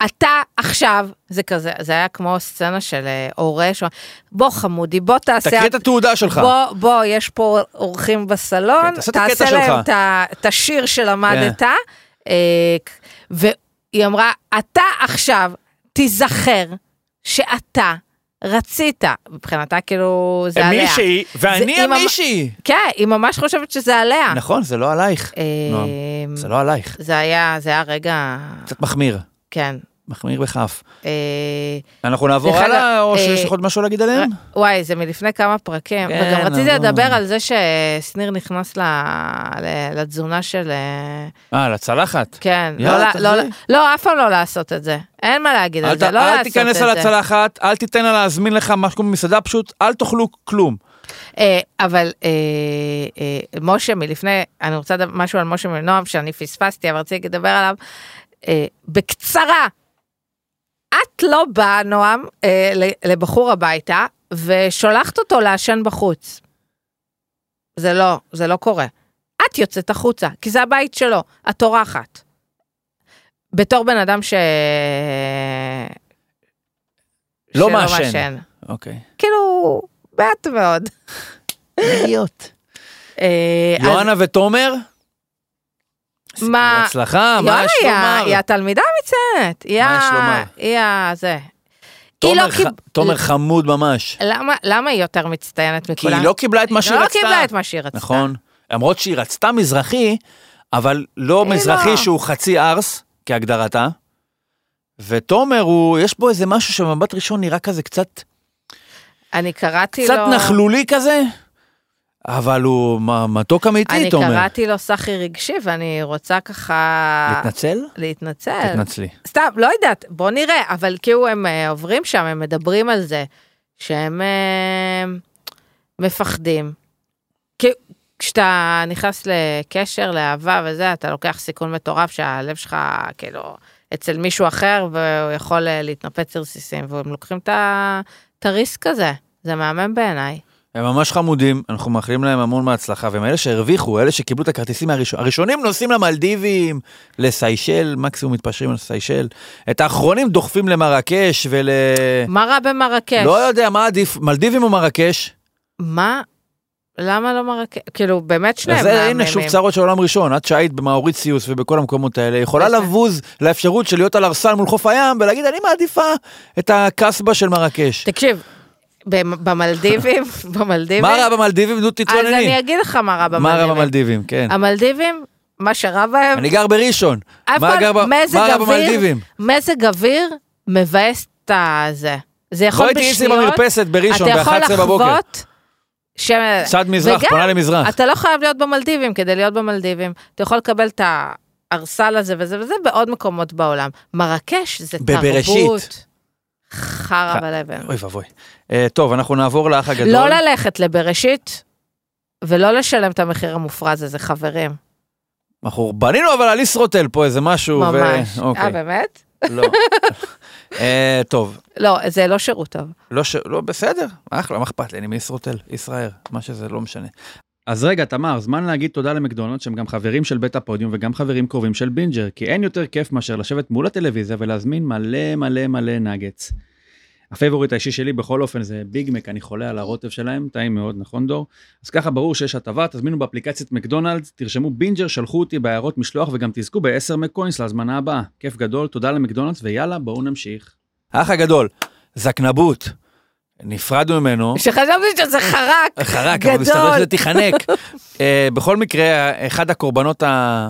Speaker 2: אתה עכשיו, זה כזה, זה היה כמו סצנה של אה, הורה, ש... בוא חמודי, בוא תעשה...
Speaker 1: תקריא את התעודה שלך.
Speaker 2: בוא, בוא, יש פה אורחים בסלון,
Speaker 1: כן, תעשה את הקטע
Speaker 2: תעשה להם
Speaker 1: שלך. כן.
Speaker 2: את ה- את השיר שלמדת, אה, והיא אמרה, אתה עכשיו תיזכר שאתה רצית, מבחינתה כאילו זה עליה.
Speaker 1: אה, מישהי, ואני
Speaker 2: זה- אם אמ-
Speaker 1: המישהי.
Speaker 2: כן, היא ממש חושבת שזה עליה.
Speaker 1: נכון, זה לא עלייך.
Speaker 2: אה,
Speaker 1: נועם, זה לא עלייך.
Speaker 2: זה היה, זה היה רגע,
Speaker 1: קצת מחמיר,
Speaker 2: כן.
Speaker 1: מחמיר בכף.
Speaker 2: אה,
Speaker 1: אנחנו נעבור
Speaker 2: דרך אגב,
Speaker 1: הלאה, או
Speaker 2: אה,
Speaker 1: שיש לך עוד משהו להגיד עליהם?
Speaker 2: ר- וואי, זה מלפני כמה פרקים.
Speaker 1: כן,
Speaker 2: וגם רציתי
Speaker 1: אבל-
Speaker 2: לדבר על זה ששניר נכנס ל- ל- לתזונה של... אה,
Speaker 1: אה, לצלחת.
Speaker 2: כן,
Speaker 1: יאללה,
Speaker 2: לא לה-
Speaker 1: תחזרי.
Speaker 2: לא לה- לא, אף פעם לא לעשות את זה. אין מה להגיד
Speaker 1: אל
Speaker 2: על
Speaker 1: ת-
Speaker 2: זה, לא
Speaker 1: אל
Speaker 2: לעשות את זה.
Speaker 1: תיכנס על הצלחת, אל תיתן לה להזמין לך משהו במסעדה, פשוט אל תאכלו כלום.
Speaker 2: אה, אבל אה, אה, משה מלפני, אני רוצה לדבר משהו על משה מנועם שאני פספסתי, אבל רציתי לדבר עליו. אה, בקצרה, את לא באה, נועם, אה, ל- לבחור הביתה, ושולחת אותו לעשן בחוץ. זה לא, זה לא קורה. את יוצאת החוצה, כי זה הבית שלו, את אורחת. בתור בן אדם ש...
Speaker 1: לא
Speaker 2: שלא
Speaker 1: מעשן. אוקיי.
Speaker 2: כאילו, מעט מאוד.
Speaker 1: אידיוט.
Speaker 2: אה, אז-
Speaker 1: יואנה ותומר?
Speaker 2: מה-
Speaker 1: סיפור הצלחה, מה
Speaker 2: יונה
Speaker 1: יש
Speaker 2: היא ה- היא
Speaker 1: לומר?
Speaker 2: התלמידה המצטיינת. היא
Speaker 1: מה
Speaker 2: ה-
Speaker 1: יש לומר?
Speaker 2: היא ה... זה. היא
Speaker 1: תומר
Speaker 2: לא קיב-
Speaker 1: ח- תומר חמוד ממש.
Speaker 2: למה- למה היא יותר מצטיינת
Speaker 1: כי
Speaker 2: מכולם?
Speaker 1: היא לא קיבלה את מה שהיא
Speaker 2: לא
Speaker 1: רצתה.
Speaker 2: קיבלה את מה שהיא רצתה.
Speaker 1: נכון. למרות שהיא רצתה מזרחי, אבל לא
Speaker 2: היא
Speaker 1: מזרחי
Speaker 2: לא.
Speaker 1: שהוא חצי ארס, כהגדרתה. ותומר, הוא, יש בו איזה משהו שמבט ראשון נראה כזה קצת,
Speaker 2: אני קראתי לו...
Speaker 1: קצת נכלולי כזה, אבל הוא מ- מתוק אמיתי,
Speaker 2: אני
Speaker 1: תומר.
Speaker 2: קראתי לו סחי רגשי, ואני רוצה ככה...
Speaker 1: להתנצל?
Speaker 2: להתנצל.
Speaker 1: תתנצלי.
Speaker 2: סתם, לא יודעת, בוא נראה, אבל כאילו הם אה, עוברים שם, הם מדברים על זה, שהם אה, מפחדים. כאילו, כשאתה נכנס לקשר, לאהבה וזה, אתה לוקח סיכון מטורף שהלב שלך, כאילו, אצל מישהו אחר, והוא יכול אה, להתנפץ לרסיסים, והם לוקחים את ה- את הריסק הזה. זה מהמם בעיניי.
Speaker 1: הם ממש חמודים, אנחנו מאחלים להם המון מהצלחה, והם אלה שהרוויחו, אלה שקיבלו את הכרטיסים הראשונים, הראשונים נוסעים למלדיבים, לסיישל, מקסימום מתפשרים על סיישל, את האחרונים דוחפים למרקש ול...
Speaker 2: מה רע במרקש?
Speaker 1: לא יודע מה עדיף, מלדיבים או מרקש?
Speaker 2: מה? למה לא מרקש? כאילו, באמת שניהם
Speaker 1: אז זה, הנה שוב
Speaker 2: מהממים.
Speaker 1: צרות של עולם ראשון, את שהיית במאוריציוס ובכל המקומות האלה, יכולה
Speaker 2: בסדר.
Speaker 1: לבוז לאפשרות של להיות על ארסל מול חוף הים ולהגיד, אני מעדיפה את הקסבה של מרקש.
Speaker 2: תקשיב, במ- במלדיבים, במלדיבים,
Speaker 1: מה רע במלדיבים? נו
Speaker 2: אז אני
Speaker 1: תתלונני.
Speaker 2: אגיד לך מה רע
Speaker 1: מה רע
Speaker 2: במלדיבים.
Speaker 1: במלדיבים, כן.
Speaker 2: המלדיבים, מה שרע בהם,
Speaker 1: אני גר בראשון.
Speaker 2: אף
Speaker 1: מה
Speaker 2: פעם
Speaker 1: גר ב-
Speaker 2: מזג
Speaker 1: מה רע
Speaker 2: אוויר-
Speaker 1: במלדיבים?
Speaker 2: מזג אוויר מבאס את הזה. זה יכול
Speaker 1: לא
Speaker 2: בשניות,
Speaker 1: הייתי איסי במרפסת
Speaker 2: אתה
Speaker 1: בראשון
Speaker 2: יכול
Speaker 1: ב-11 בבוקר.
Speaker 2: לחוות ש...
Speaker 1: צד מזרח,
Speaker 2: וגם-
Speaker 1: פונה למזרח.
Speaker 2: אתה לא חייב להיות במלדיבים כדי להיות במלדיבים. אתה יכול לקבל את הארסל הזה וזה וזה בעוד מקומות בעולם. מרקש זה
Speaker 1: בבראשית.
Speaker 2: תרבות. חרא
Speaker 1: ח-
Speaker 2: בלבן.
Speaker 1: אוי ואבוי. אה, טוב, אנחנו נעבור לאח הגדול.
Speaker 2: לא ללכת לבראשית ולא לשלם את המחיר המופרע הזה, זה חברים.
Speaker 1: אנחנו בנינו אבל על ישרוטל פה איזה משהו. ו-
Speaker 2: ממש. אה,
Speaker 1: אוקיי.
Speaker 2: באמת?
Speaker 1: לא. אה, טוב,
Speaker 2: לא, זה לא שירות טוב.
Speaker 1: לא ש... לא, בסדר, אחלה, מה אכפת לי, אני מישרוטל, ישראל, מה שזה, לא משנה. אז רגע, תמר, זמן להגיד תודה למקדונלד שהם גם חברים של בית הפודיום וגם חברים קרובים של בינג'ר, כי אין יותר כיף מאשר לשבת מול הטלוויזיה ולהזמין מלא מלא מלא נאגץ. הפייבוריט האישי שלי בכל אופן זה ביגמק, אני חולה על הרוטב שלהם, טעים מאוד, נכון דור? אז ככה ברור שיש הטבה, תזמינו באפליקציית מקדונלדס, תרשמו בינג'ר, שלחו אותי בהערות משלוח וגם תזכו ב-10 מקוינס להזמנה הבאה. כיף גדול, תודה למקדונלדס ויאללה, בואו נמשיך. האח הגדול, זקנבות, נפרדנו ממנו.
Speaker 2: שחשבתי שזה חרק.
Speaker 1: אה? חרק, אבל
Speaker 2: גדול.
Speaker 1: מסתבר שזה תיחנק. אה, בכל מקרה, אחד הקורבנות ה...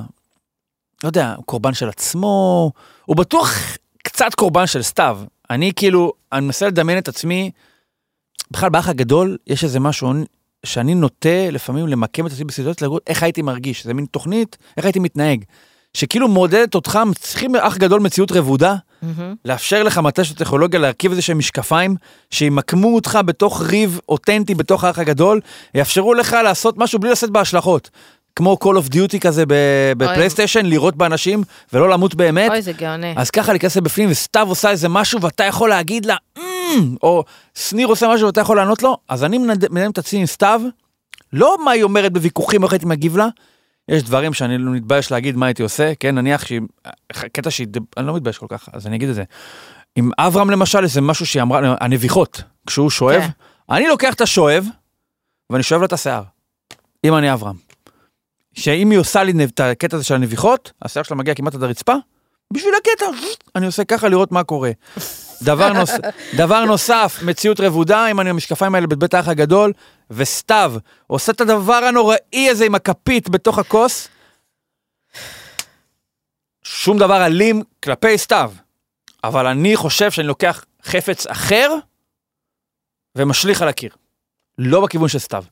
Speaker 1: לא יודע, הוא קורבן של עצמו, הוא בטוח קצת קורבן של סתיו. אני כאילו, אני מנסה לדמיין את עצמי, בכלל באח הגדול יש איזה משהו שאני נוטה לפעמים למקם את עצמי בסיטואציות, להגיד איך הייתי מרגיש, זה מין תוכנית, איך הייתי מתנהג. שכאילו מודדת אותך, צריכים אח גדול מציאות רבודה,
Speaker 2: מהמם.
Speaker 1: לאפשר לך מטה של טכנולוגיה להרכיב איזה שהם משקפיים שימקמו אותך בתוך ריב אותנטי בתוך האח הגדול, יאפשרו לך לעשות משהו בלי לשאת בהשלכות. כמו Call of Duty כזה ב- בפלייסטיישן, לירות באנשים ולא למות באמת.
Speaker 2: אוי, זה גאוני.
Speaker 1: אז ככה להיכנס לבפנים, וסתיו עושה איזה משהו ואתה יכול להגיד לה, "אמ", או שניר עושה משהו ואתה יכול לענות לו, אז אני מנד- מנהל את עצמי עם סתיו, לא מה היא אומרת בוויכוחים, איך הייתי מגיב לה, יש דברים שאני לא מתבייש להגיד מה הייתי עושה, כן, נניח שהיא, קטע שהיא, אני לא מתבייש כל כך, אז אני אגיד את זה. עם אברהם למשל, זה משהו שהיא אמרה, הנביחות, כשהוא שואב,
Speaker 2: כן.
Speaker 1: אני לוקח את השואב, ואני שואב לה את השיער, אם אני אברהם. שאם היא עושה לי נב- את הקטע הזה של הנביחות, השיער שלה מגיע כמעט עד הרצפה, בשביל הקטע, אני עושה ככה לראות מה קורה. דבר, נוס... דבר נוסף, מציאות רבודה, אם אני עם המשקפיים האלה בבית האח הגדול, וסתיו עושה את הדבר הנוראי הזה עם הכפית בתוך הכוס, שום דבר אלים כלפי סתיו. אבל אני חושב שאני לוקח חפץ אחר ומשליך על הקיר. לא בכיוון של סתיו.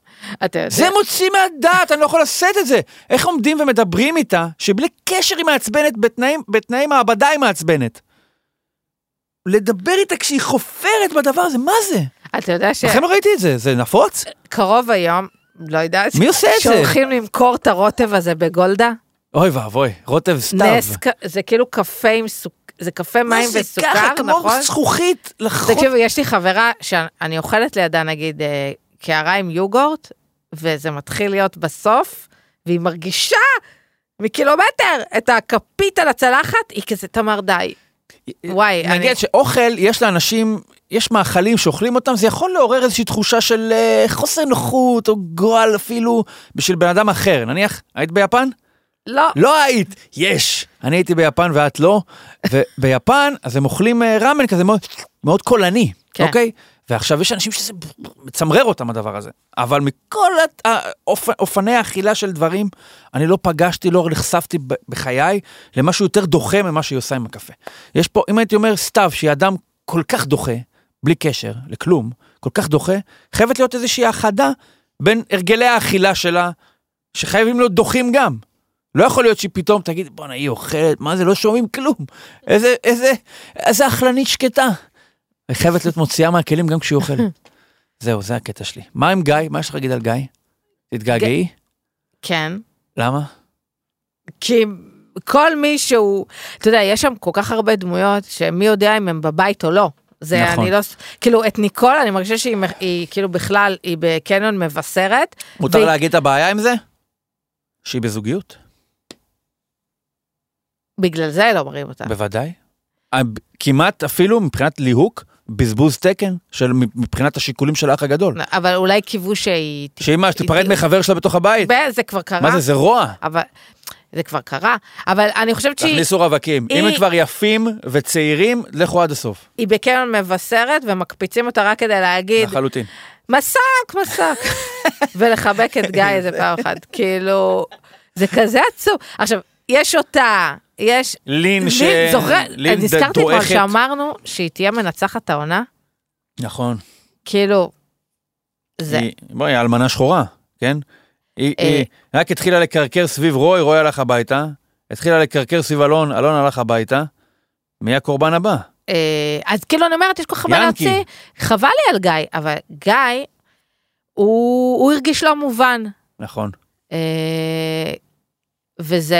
Speaker 2: אתה יודע.
Speaker 1: זה מוציא מהדעת, אני לא יכול לשאת את זה. איך עומדים ומדברים איתה, שבלי קשר היא מעצבנת, בתנאים, בתנאי מעבדה היא מעצבנת. לדבר איתה כשהיא חופרת בדבר הזה, מה זה?
Speaker 2: אתה יודע
Speaker 1: לכם לא ראיתי את זה, זה נפוץ?
Speaker 2: שקרוב היום, לא יודעת,
Speaker 1: מי עושה את זה?
Speaker 2: שהולכים למכור את הרוטב הזה בגולדה.
Speaker 1: אוי ואבוי, רוטב סתיו.
Speaker 2: נס, ק- זה כאילו קפה עם סוכר, זה קפה
Speaker 1: מה
Speaker 2: מים
Speaker 1: זה
Speaker 2: וסוכר,
Speaker 1: ככה, כמו
Speaker 2: נכון?
Speaker 1: זכוכית, לחוק.
Speaker 2: תקשיבו, יש לי חברה שאני אוכלת לידה נגיד אה, קערה עם יוגורט, וזה מתחיל להיות בסוף, והיא מרגישה מקילומטר את הכפית על הצלחת, היא כזה תמר די. וואי, אני...
Speaker 1: נגיד שאוכל, יש לאנשים, יש מאכלים שאוכלים אותם, זה יכול לעורר איזושהי תחושה של אה, חוסר נוחות, או גועל אפילו, בשביל בן אדם אחר. נניח, היית ביפן?
Speaker 2: לא,
Speaker 1: לא היית, יש. אני הייתי ביפן ואת לא, וביפן, אז הם אוכלים אה, ראמן כזה מאוד, מאוד קולני,
Speaker 2: כן.
Speaker 1: אוקיי? ועכשיו יש אנשים שזה מצמרר אותם הדבר הזה, אבל מכל הת- האופ- אופני האכילה של דברים, אני לא פגשתי, לא נחשפתי ב- בחיי למשהו יותר דוחה ממה שהיא עושה עם הקפה. יש פה, אם הייתי אומר סתיו, שהיא אדם כל כך דוחה, בלי קשר לכלום, כל כך דוחה, חייבת להיות איזושהי האחדה בין הרגלי האכילה שלה, שחייבים להיות דוחים גם. לא יכול להיות שהיא פתאום תגיד, בואנה, היא אוכלת, מה זה, לא שומעים כלום. איזה, איזה, איזה אכלנית שקטה. היא חייבת להיות מוציאה מהכלים גם כשהיא אוכלת. זהו, זה הקטע שלי. מה עם גיא? מה יש לך להגיד על גיא? תתגעגעי?
Speaker 2: כן.
Speaker 1: למה?
Speaker 2: כי כל מי שהוא, אתה יודע, יש שם כל כך הרבה דמויות, שמי יודע אם הם בבית או לא. זה
Speaker 1: נכון.
Speaker 2: נכון. אני לא, ס- כאילו את ניקול אני מרגישה שהיא מ- היא, כאילו בכלל, היא בקניון מבשרת.
Speaker 1: מותר
Speaker 2: והיא-
Speaker 1: להגיד את הבעיה עם זה? שהיא בזוגיות?
Speaker 2: בגלל זה לא אומרים אותה.
Speaker 1: בוודאי. אה, ב- כמעט אפילו מבחינת ליהוק, בזבוז תקן של מבחינת השיקולים של האח הגדול.
Speaker 2: אבל אולי קיוו שהיא... ת-
Speaker 1: שהיא מה, שתיפרד
Speaker 2: היא-
Speaker 1: מחבר שלה בתוך הבית?
Speaker 2: ב- זה כבר קרה.
Speaker 1: מה זה, זה רוע.
Speaker 2: אבל... זה כבר קרה. אבל אני חושבת שהיא
Speaker 1: תכניסו רווקים. אם הם
Speaker 2: היא-
Speaker 1: כבר יפים וצעירים, לכו עד הסוף.
Speaker 2: היא בקניון מבשרת ומקפיצים אותה רק כדי להגיד,
Speaker 1: לחלוטין.
Speaker 2: מסק, מסק. ולחבק את גיא איזה פעם אחת, כאילו, זה כזה עצוב. עכשיו, יש אותה, יש...
Speaker 1: לין ש...
Speaker 2: לין, זוכרת,
Speaker 1: לין
Speaker 2: נזכרתי כבר
Speaker 1: דועכת.
Speaker 2: שאמרנו שהיא תהיה מנצחת העונה,
Speaker 1: נכון.
Speaker 2: כאילו, זה,
Speaker 1: היא- בואי, היא אלמנה שחורה, כן? היא
Speaker 2: אה.
Speaker 1: היא רק התחילה לקרקר סביב רוי, רוי הלך הביתה. התחילה לקרקר סביב אלון, אלון הלך הביתה. מי הקורבן הבא?
Speaker 2: אה, אז כאילו אני אומרת, יש כל כך הרבה
Speaker 1: ינקי.
Speaker 2: להוציא, חבל לי על גיא, אבל גיא, הוא הוא הרגיש לא מובן,
Speaker 1: נכון.
Speaker 2: אה, וזה,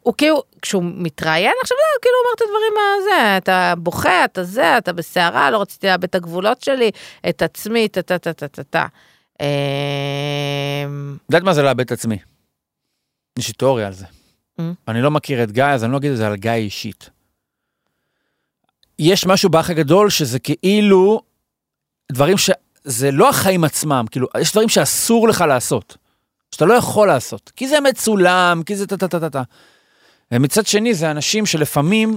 Speaker 2: הוא כאילו, כשהוא מתראיין עכשיו, הוא כאילו אומר את הדברים הזה, אתה בוכה, אתה זה, אתה בסערה, לא רציתי לאבד את הגבולות שלי, את עצמי, טה טה טה טה טה טה. אה,
Speaker 1: את יודעת מה זה לאבד את עצמי? יש לי תיאוריה על זה.
Speaker 2: Mm.
Speaker 1: אני לא מכיר את גיא, אז אני לא אגיד את זה על גיא אישית. יש משהו באח הגדול שזה כאילו דברים ש... זה לא החיים עצמם, כאילו, יש דברים שאסור לך לעשות, שאתה לא יכול לעשות, כי זה מצולם, כי זה טה-טה-טה-טה. ומצד שני, זה אנשים שלפעמים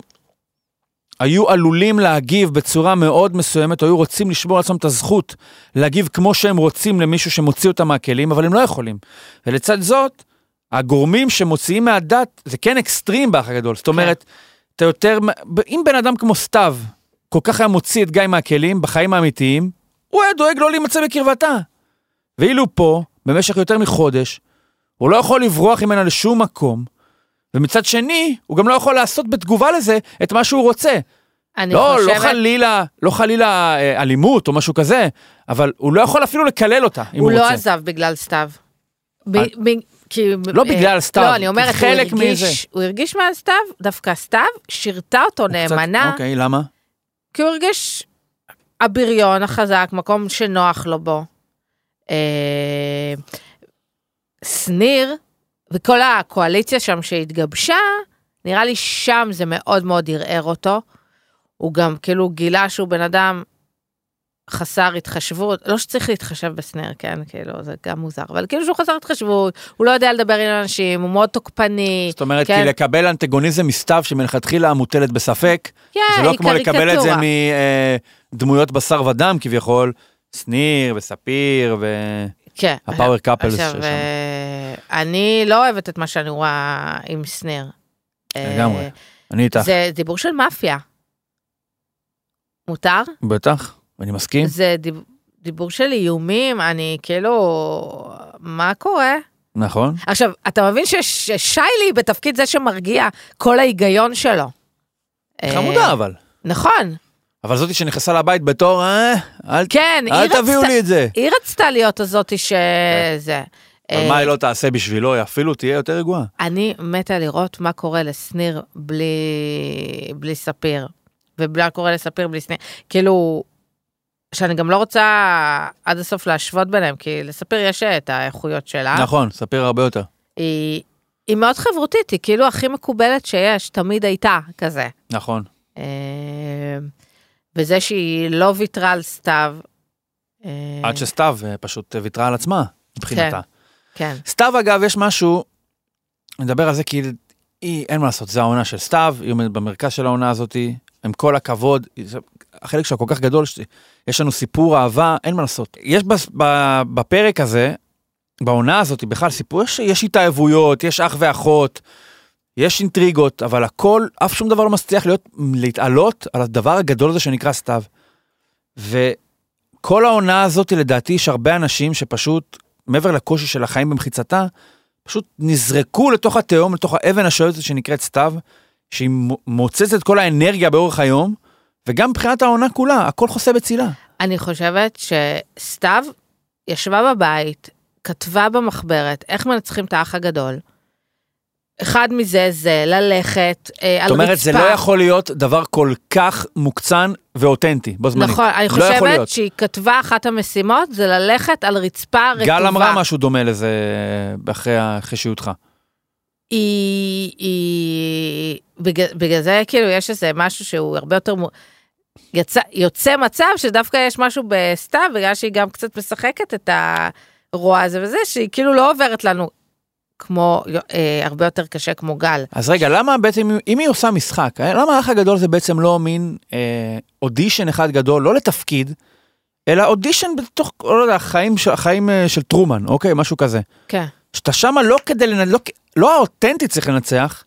Speaker 1: היו עלולים להגיב בצורה מאוד מסוימת, או היו רוצים לשמור על עצמם את הזכות להגיב כמו שהם רוצים למישהו שמוציא אותם מהכלים, אבל הם לא יכולים. ולצד זאת, הגורמים שמוציאים מהדת, זה כן אקסטרים באח הגדול. זאת אומרת, אתה יותר... אם בן אדם כמו סתיו כל כך היה מוציא את גיא מהכלים בחיים האמיתיים, הוא היה דואג לא להימצא בקרבתה. ואילו פה, במשך יותר מחודש, הוא לא יכול לברוח ממנה לשום מקום, ומצד שני, הוא גם לא יכול לעשות בתגובה לזה את מה שהוא רוצה.
Speaker 2: אני
Speaker 1: לא, לא
Speaker 2: חושבת-
Speaker 1: חלילה, לא חלילה אה, אלימות או משהו כזה, אבל הוא לא יכול אפילו לקלל אותה, אם הוא,
Speaker 2: הוא לא
Speaker 1: רוצה.
Speaker 2: עזב בגלל סתיו. ב-
Speaker 1: אה.
Speaker 2: ב- כי...
Speaker 1: לא בגלל סתיו,
Speaker 2: לא, אני אומרת, הוא
Speaker 1: חלק מזה.
Speaker 2: הרגיש, הוא הרגיש מעל סתיו, דווקא סתיו שירתה אותו
Speaker 1: הוא קצת-
Speaker 2: נאמנה,
Speaker 1: אוקיי, למה?
Speaker 2: כי הוא הרגיש הבריון החזק, מקום שנוח לו בו. אה, שניר, וכל הקואליציה שם שהתגבשה, נראה לי שם זה מאוד מאוד ערער אותו. הוא גם כאילו גילה שהוא בן אדם חסר התחשבות, לא שצריך להתחשב בסנר, כן? כאילו, זה גם מוזר, אבל כאילו שהוא חסר התחשבות, הוא לא יודע לדבר עם אנשים, הוא מאוד תוקפני.
Speaker 1: זאת אומרת,
Speaker 2: כן.
Speaker 1: כי לקבל אנטגוניזם מסתיו שמלכתחילה מוטלת בספק,
Speaker 2: כן,
Speaker 1: זה לא
Speaker 2: היא
Speaker 1: כמו לקבל את זה
Speaker 2: קריקטורה.
Speaker 1: מדמויות בשר ודם כביכול, שניר וספיר ו...
Speaker 2: כן.
Speaker 1: הפאוור קאפלס
Speaker 2: עכשיו,
Speaker 1: ששם.
Speaker 2: אה, אני לא אוהבת את מה שאני רואה עם סנר. אה,
Speaker 1: לגמרי. אני איתך.
Speaker 2: זה דיבור של מאפיה. מותר?
Speaker 1: בטח, אני מסכים.
Speaker 2: זה דיב- דיבור של איומים, אני כאילו... מה קורה?
Speaker 1: נכון.
Speaker 2: עכשיו, אתה מבין שש- ששיילי בתפקיד זה שמרגיע כל ההיגיון שלו. אה,
Speaker 1: חמודה אבל.
Speaker 2: נכון,
Speaker 1: אבל זאתי שנכנסה לבית בתור, אה, אל
Speaker 2: כן,
Speaker 1: אל
Speaker 2: היא
Speaker 1: תביאו
Speaker 2: רצתה-
Speaker 1: לי את זה.
Speaker 2: היא רצתה להיות הזאתי שזה. אה,
Speaker 1: אבל מה היא לא תעשה בשבילו, היא אפילו תהיה יותר רגועה.
Speaker 2: אני מתה לראות מה קורה לשניר בלי, בלי ספיר, ומה קורה לספיר בלי שניר, כאילו, שאני גם לא רוצה עד הסוף להשוות ביניהם, כי לספיר יש את האיכויות שלה.
Speaker 1: נכון, ספיר הרבה יותר.
Speaker 2: היא, היא מאוד חברותית, היא כאילו הכי מקובלת שיש, תמיד הייתה כזה.
Speaker 1: נכון.
Speaker 2: אה, וזה שהיא לא ויתרה על סתיו. אה,
Speaker 1: עד שסתיו אה, פשוט אה, ויתרה על עצמה, מבחינתה.
Speaker 2: כן,
Speaker 1: סתיו אגב, יש משהו, נדבר על זה כי היא, אין מה לעשות, זו העונה של סתיו, היא עומדת במרכז של העונה הזאת, עם כל הכבוד, זה- החלק שלה כל כך גדול, ש- יש לנו סיפור אהבה, אין מה לעשות. יש בס- ב- בפרק הזה, בעונה הזאת, בכלל סיפור, יש, יש התאהבויות, יש אח ואחות, יש אינטריגות, אבל הכל, אף שום דבר לא מצליח להיות, להתעלות על הדבר הגדול הזה שנקרא סתיו. וכל העונה הזאת, לדעתי, יש הרבה אנשים שפשוט, מעבר לקושי של החיים במחיצתה, פשוט נזרקו לתוך התהום, לתוך האבן השואבת שנקראת סתיו, שהיא מו- מוצצת את כל האנרגיה באורך היום, וגם מבחינת העונה כולה, הכל חוסה בצילה.
Speaker 2: אני חושבת שסתיו ישבה בבית, כתבה במחברת איך מנצחים את האח הגדול. אחד מזה זה ללכת אה, על
Speaker 1: זאת
Speaker 2: רצפה.
Speaker 1: אומרת, זה לא יכול להיות דבר כל כך מוקצן ואותנטי, בו זמנית.
Speaker 2: נכון, אני
Speaker 1: לא יכול
Speaker 2: חושבת
Speaker 1: להיות.
Speaker 2: שהיא כתבה אחת המשימות זה ללכת על רצפה רטובה.
Speaker 1: גל אמרה משהו דומה לזה אחרי החישיותך.
Speaker 2: היא, היא, בגלל, בגלל זה כאילו יש איזה משהו שהוא הרבה יותר, מו- יצא, יוצא מצב שדווקא יש משהו בסתיו, בגלל שהיא גם קצת משחקת את הרוע הזה וזה, שהיא כאילו לא עוברת לנו כמו, אה, הרבה יותר קשה כמו גל.
Speaker 1: אז רגע, למה בעצם, אם היא עושה משחק, אה, למה האח הגדול זה בעצם לא מין אה, אודישן אחד גדול, לא לתפקיד, אלא אודישן בתוך, לא יודע, חיים, של- חיים אה, של טרומן, אוקיי? משהו כזה.
Speaker 2: כן.
Speaker 1: שאתה שמה לא כדי, לנ... לא, כ- לא האותנטי צריך לנצח,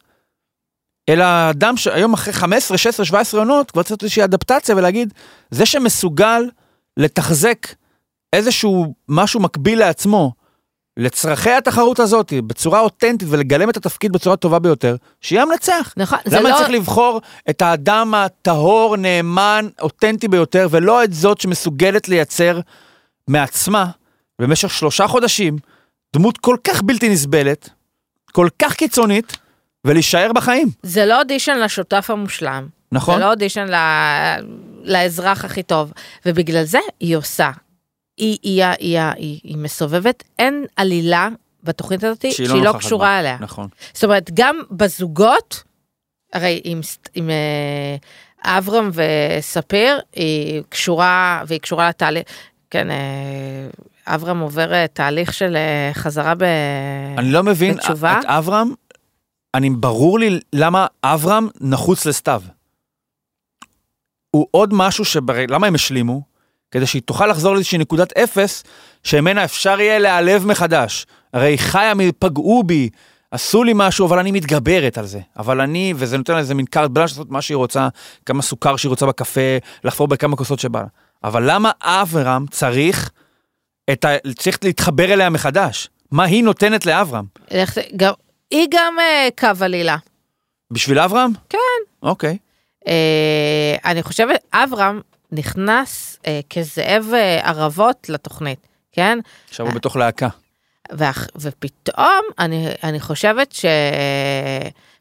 Speaker 1: אלא אדם שהיום אחרי 15, 16, 17 עונות, כבר צריך איזושהי אדפטציה ולהגיד, זה שמסוגל לתחזק איזשהו משהו מקביל לעצמו, לצרכי התחרות הזאת, בצורה אותנטית ולגלם את התפקיד בצורה הטובה ביותר, שיהיה המנצח.
Speaker 2: נכון, זה
Speaker 1: למה
Speaker 2: לא...
Speaker 1: לא... צריך לבחור את האדם הטהור, נאמן, אותנטי ביותר, ולא את זאת שמסוגלת לייצר מעצמה במשך שלושה חודשים דמות כל כך בלתי נסבלת, כל כך קיצונית, ולהישאר בחיים,
Speaker 2: זה לא אודישן לשותף המושלם.
Speaker 1: נכון?
Speaker 2: זה לא אודישן ל... לאזרח הכי טוב, ובגלל זה היא עושה. היא, היא, ה- היא, ה- היא, היא מסובבת, אין עלילה בתוכנית הזאת שהיא, לא,
Speaker 1: נוכחת
Speaker 2: קשורה
Speaker 1: בה.
Speaker 2: אליה.
Speaker 1: נכון.
Speaker 2: זאת אומרת, גם בזוגות, הרי עם, ס- עם אה, אברהם וספיר, היא קשורה, והיא קשורה לתהליך, כן, אה, אברהם עובר אה, תהליך של אה, חזרה ב...
Speaker 1: אני לא מבין,
Speaker 2: בתשובה?
Speaker 1: את אברהם, אני, ברור לי למה אברהם נחוץ לסתיו. הוא עוד משהו שבר... למה הם השלימו? כדי שהיא תוכל לחזור לאיזושהי נקודת אפס, שממנה אפשר יהיה להיעלב מחדש. הרי היא חיה, מ- פגעו בי, עשו לי משהו, אבל אני מתגברת על זה. אבל אני, וזה נותן לה איזה מין קארט בלאש לעשות מה שהיא רוצה, כמה סוכר שהיא רוצה בקפה, לחפור בכמה כוסות שבא לה. אבל למה אברהם צריך, את ה... צריך להתחבר אליה מחדש? מה היא נותנת לאברהם?
Speaker 2: איך זה- גם, היא גם אה, קו עלילה.
Speaker 1: בשביל אברהם?
Speaker 2: כן.
Speaker 1: אוקיי.
Speaker 2: אה, אני חושבת, אברהם נכנס אה, כזאב אה, ערבות לתוכנית, כן?
Speaker 1: עכשיו הוא בתוך להקה.
Speaker 2: ואח- ופתאום אני, אני חושבת ש...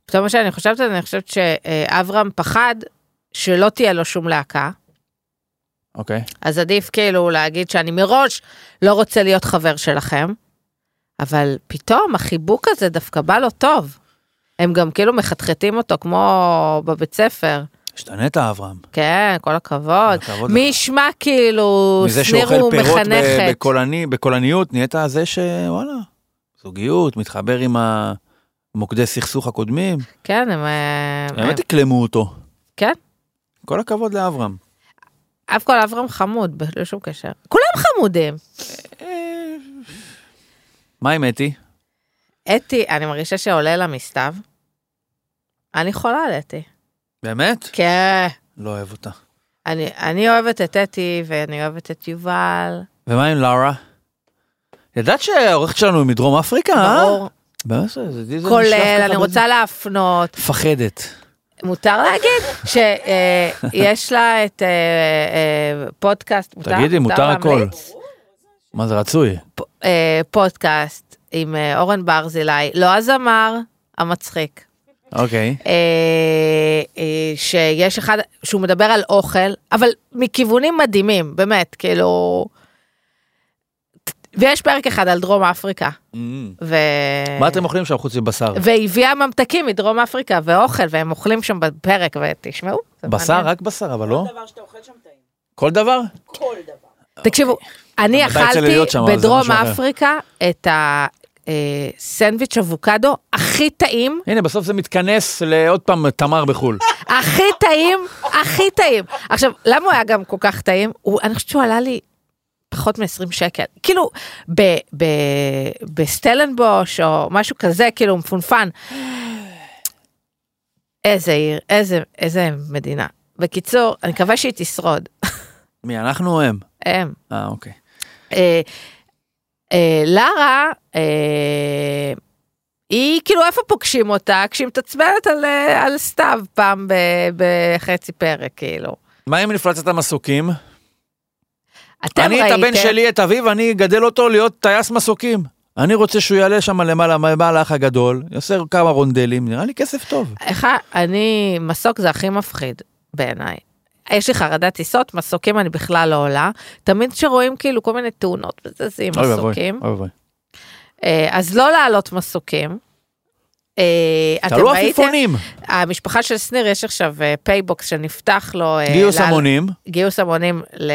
Speaker 2: פתאום מה שאני חושבת, אני חושבת שאברהם פחד שלא תהיה לו שום להקה,
Speaker 1: אוקיי.
Speaker 2: אז עדיף כאילו להגיד שאני מראש לא רוצה להיות חבר שלכם, אבל פתאום החיבוק הזה דווקא בא לו טוב. הם גם כאילו מחתחתים אותו כמו בבית ספר.
Speaker 1: השתנית, אברהם.
Speaker 2: כן, כל הכבוד.
Speaker 1: הכבוד
Speaker 2: מי
Speaker 1: לך.
Speaker 2: ישמע כאילו,
Speaker 1: מזה
Speaker 2: שניר
Speaker 1: שאוכל
Speaker 2: הוא
Speaker 1: פירות ב-
Speaker 2: מחנכת.
Speaker 1: בקולני- בקולניות, נהיית זה שוואלה, זוגיות, מתחבר עם המוקדי סכסוך הקודמים.
Speaker 2: כן, הם... אה, הם-
Speaker 1: באמת תקלמו אותו.
Speaker 2: כן.
Speaker 1: כל הכבוד לאברהם.
Speaker 2: אף כל אברהם חמוד, בלי שום קשר. כולם חמודים.
Speaker 1: מה עם אתי?
Speaker 2: אתי, אני מרגישה שעולה לה מסתיו. אני חולה על אתי.
Speaker 1: באמת?
Speaker 2: כן.
Speaker 1: לא אוהב אותה.
Speaker 2: אני, אני אוהבת את אתי ואני אוהבת את יובל.
Speaker 1: ומה עם לארה? ידעת שהעורכת שלנו היא מדרום אפריקה, אה?
Speaker 2: ברור.
Speaker 1: באמת, זה- זה- זה נשלח
Speaker 2: כולל,
Speaker 1: ככה
Speaker 2: אני
Speaker 1: בזה.
Speaker 2: רוצה להפנות.
Speaker 1: מפחדת.
Speaker 2: מותר להגיד שיש לה את אה, אה, פודקאסט, מותר?
Speaker 1: תגידי, מותר הכל.
Speaker 2: להמליץ?
Speaker 1: מה זה רצוי?
Speaker 2: פ- אה, פודקאסט עם אה, אורן ברזילי, לא הזמר המצחיק.
Speaker 1: אוקיי.
Speaker 2: אה, אה, שיש אחד שהוא מדבר על אוכל, אבל מכיוונים מדהימים, באמת, כאילו... ויש פרק אחד על דרום אפריקה, ו...
Speaker 1: מה אתם אוכלים שם חוץ מבשר?
Speaker 2: והביאה ממתקים מדרום אפריקה ואוכל, והם אוכלים שם בפרק, ותשמעו. זה
Speaker 1: בשר?
Speaker 2: מעניין.
Speaker 1: רק בשר, אבל לא?
Speaker 3: כל דבר שאתה אוכל שם טעים.
Speaker 1: כל דבר?
Speaker 3: כל דבר.
Speaker 2: תקשיבו, אני
Speaker 1: אבל אוקיי. אתה יוצא
Speaker 2: אכלתי
Speaker 1: להיות שם, אבל זה
Speaker 2: בדרום
Speaker 1: משהו אחר.
Speaker 2: אפריקה את הסנדוויץ' אבוקדו הכי טעים
Speaker 1: הנה, בסוף זה מתכנס לעוד פעם תמר בחו"ל.
Speaker 2: הכי טעים, הכי טעים. עכשיו, למה הוא היה גם כל כך טעים? הוא, אני חושבת שהוא עלה לי פחות מ-20 שקל. כאילו, ב, ב, בסטלנבוש או משהו כזה, כאילו, מפונפן. איזה עיר, איזה, איזה מדינה. בקיצור, אני מקווה שהיא תשרוד.
Speaker 1: מי, אנחנו או הם?
Speaker 2: הם.
Speaker 1: אה, אוקיי.
Speaker 2: אה, אה, לארה, אה, היא כאילו איפה פוגשים אותה? כשהיא מתעצבנת על, אה, על סתיו פעם ב- בחצי פרק, כאילו.
Speaker 1: מה עם אינפלציית המסוקים?
Speaker 2: אתם
Speaker 1: אני את
Speaker 2: ראיתם,
Speaker 1: הבן שלי, את אביו, אני אגדל אותו להיות טייס מסוקים. אני רוצה שהוא יעלה שם למעלה, מעל האח הגדול, יעשה כמה רונדלים, נראה לי כסף טוב.
Speaker 2: איך, ה- אני, מסוק זה הכי מפחיד בעיניי. יש לי חרדת טיסות, מסוקים אני בכלל לא עולה. תמיד כשרואים כאילו כל מיני תאונות וזה, זה עם
Speaker 1: אוי ואבוי,
Speaker 2: מסוקים.
Speaker 1: אוי ואבוי.
Speaker 2: אה, אז לא לעלות מסוקים. אה, אתם
Speaker 1: תעלו
Speaker 2: ראיתם?
Speaker 1: עפיפונים,
Speaker 2: המשפחה של שניר יש עכשיו אה, פייבוקס שנפתח לו. אה,
Speaker 1: גיוס
Speaker 2: ל-
Speaker 1: המונים,
Speaker 2: גיוס המונים, ל...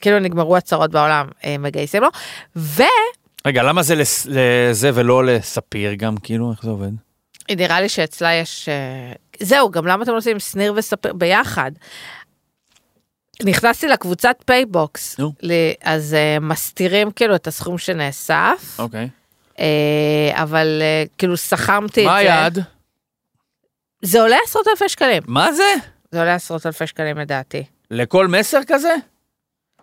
Speaker 2: כאילו נגמרו הצרות בעולם, אה, מגייסים לו. ונראה
Speaker 1: רגע, למה זה לס- לזה ולא לספיר גם, כאילו, איך זה עובד?
Speaker 2: לי שאצלה יש... אה, זהו, גם למה אתם לא עושים שניר וספיר ביחד? נכנסתי לקבוצת פייבוקס,
Speaker 1: נו.
Speaker 2: ל- אז אה, מסתירים כאילו את הסכום שנאסף,
Speaker 1: אוקיי.
Speaker 2: אה, אבל אה, כאילו סכמתי את זה.
Speaker 1: מה היעד?
Speaker 2: זה עולה עשרות אלפי שקלים.
Speaker 1: מה זה?
Speaker 2: זה עולה עשרות אלפי שקלים לדעתי.
Speaker 1: לכל מסר כזה?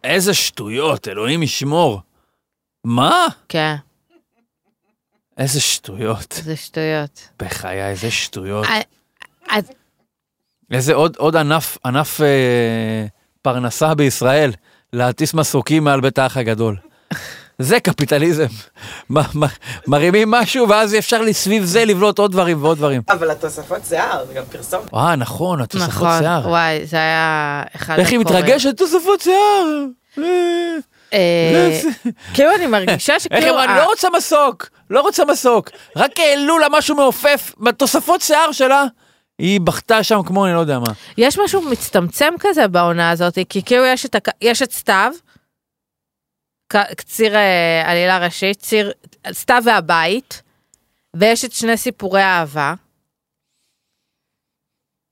Speaker 1: איזה שטויות, אלוהים ישמור. מה?
Speaker 2: כן,
Speaker 1: איזה שטויות.
Speaker 2: זה שטויות.
Speaker 1: בחיי, איזה שטויות.
Speaker 2: אה, אז
Speaker 1: איזה עוד, עוד ענף, ענף אה, פרנסה בישראל, להטיס מסוקים מעל בית האח הגדול. זה קפיטליזם. מה- מה- מרימים משהו ואז אפשר לי סביב זה לבלוט עוד דברים ועוד דברים.
Speaker 3: אבל התוספות שיער, זה גם פרסומת.
Speaker 1: אה, נכון, התוספות
Speaker 2: נכון,
Speaker 1: שיער.
Speaker 2: וואי, זה היה אחד
Speaker 1: איך היא
Speaker 2: הקוראים.
Speaker 1: מתרגשת? תוספות שיער. אה,
Speaker 2: אה,
Speaker 1: זה-
Speaker 2: כאילו אה. אני מרגישה
Speaker 1: איך היא
Speaker 2: שכאילו,
Speaker 1: אמרה, אני
Speaker 2: ה-
Speaker 1: לא רוצה מסוק, לא רוצה מסוק. רק העלו לה משהו מעופף, בתוספות שיער שלה, היא בכתה שם כמו אני לא יודע מה.
Speaker 2: יש משהו מצטמצם כזה בעונה הזאת, כי כאילו יש את, הק- יש את סתיו, ק- ציר אה, עלילה ראשית, ציר סתיו והבית, ויש את שני סיפורי אהבה,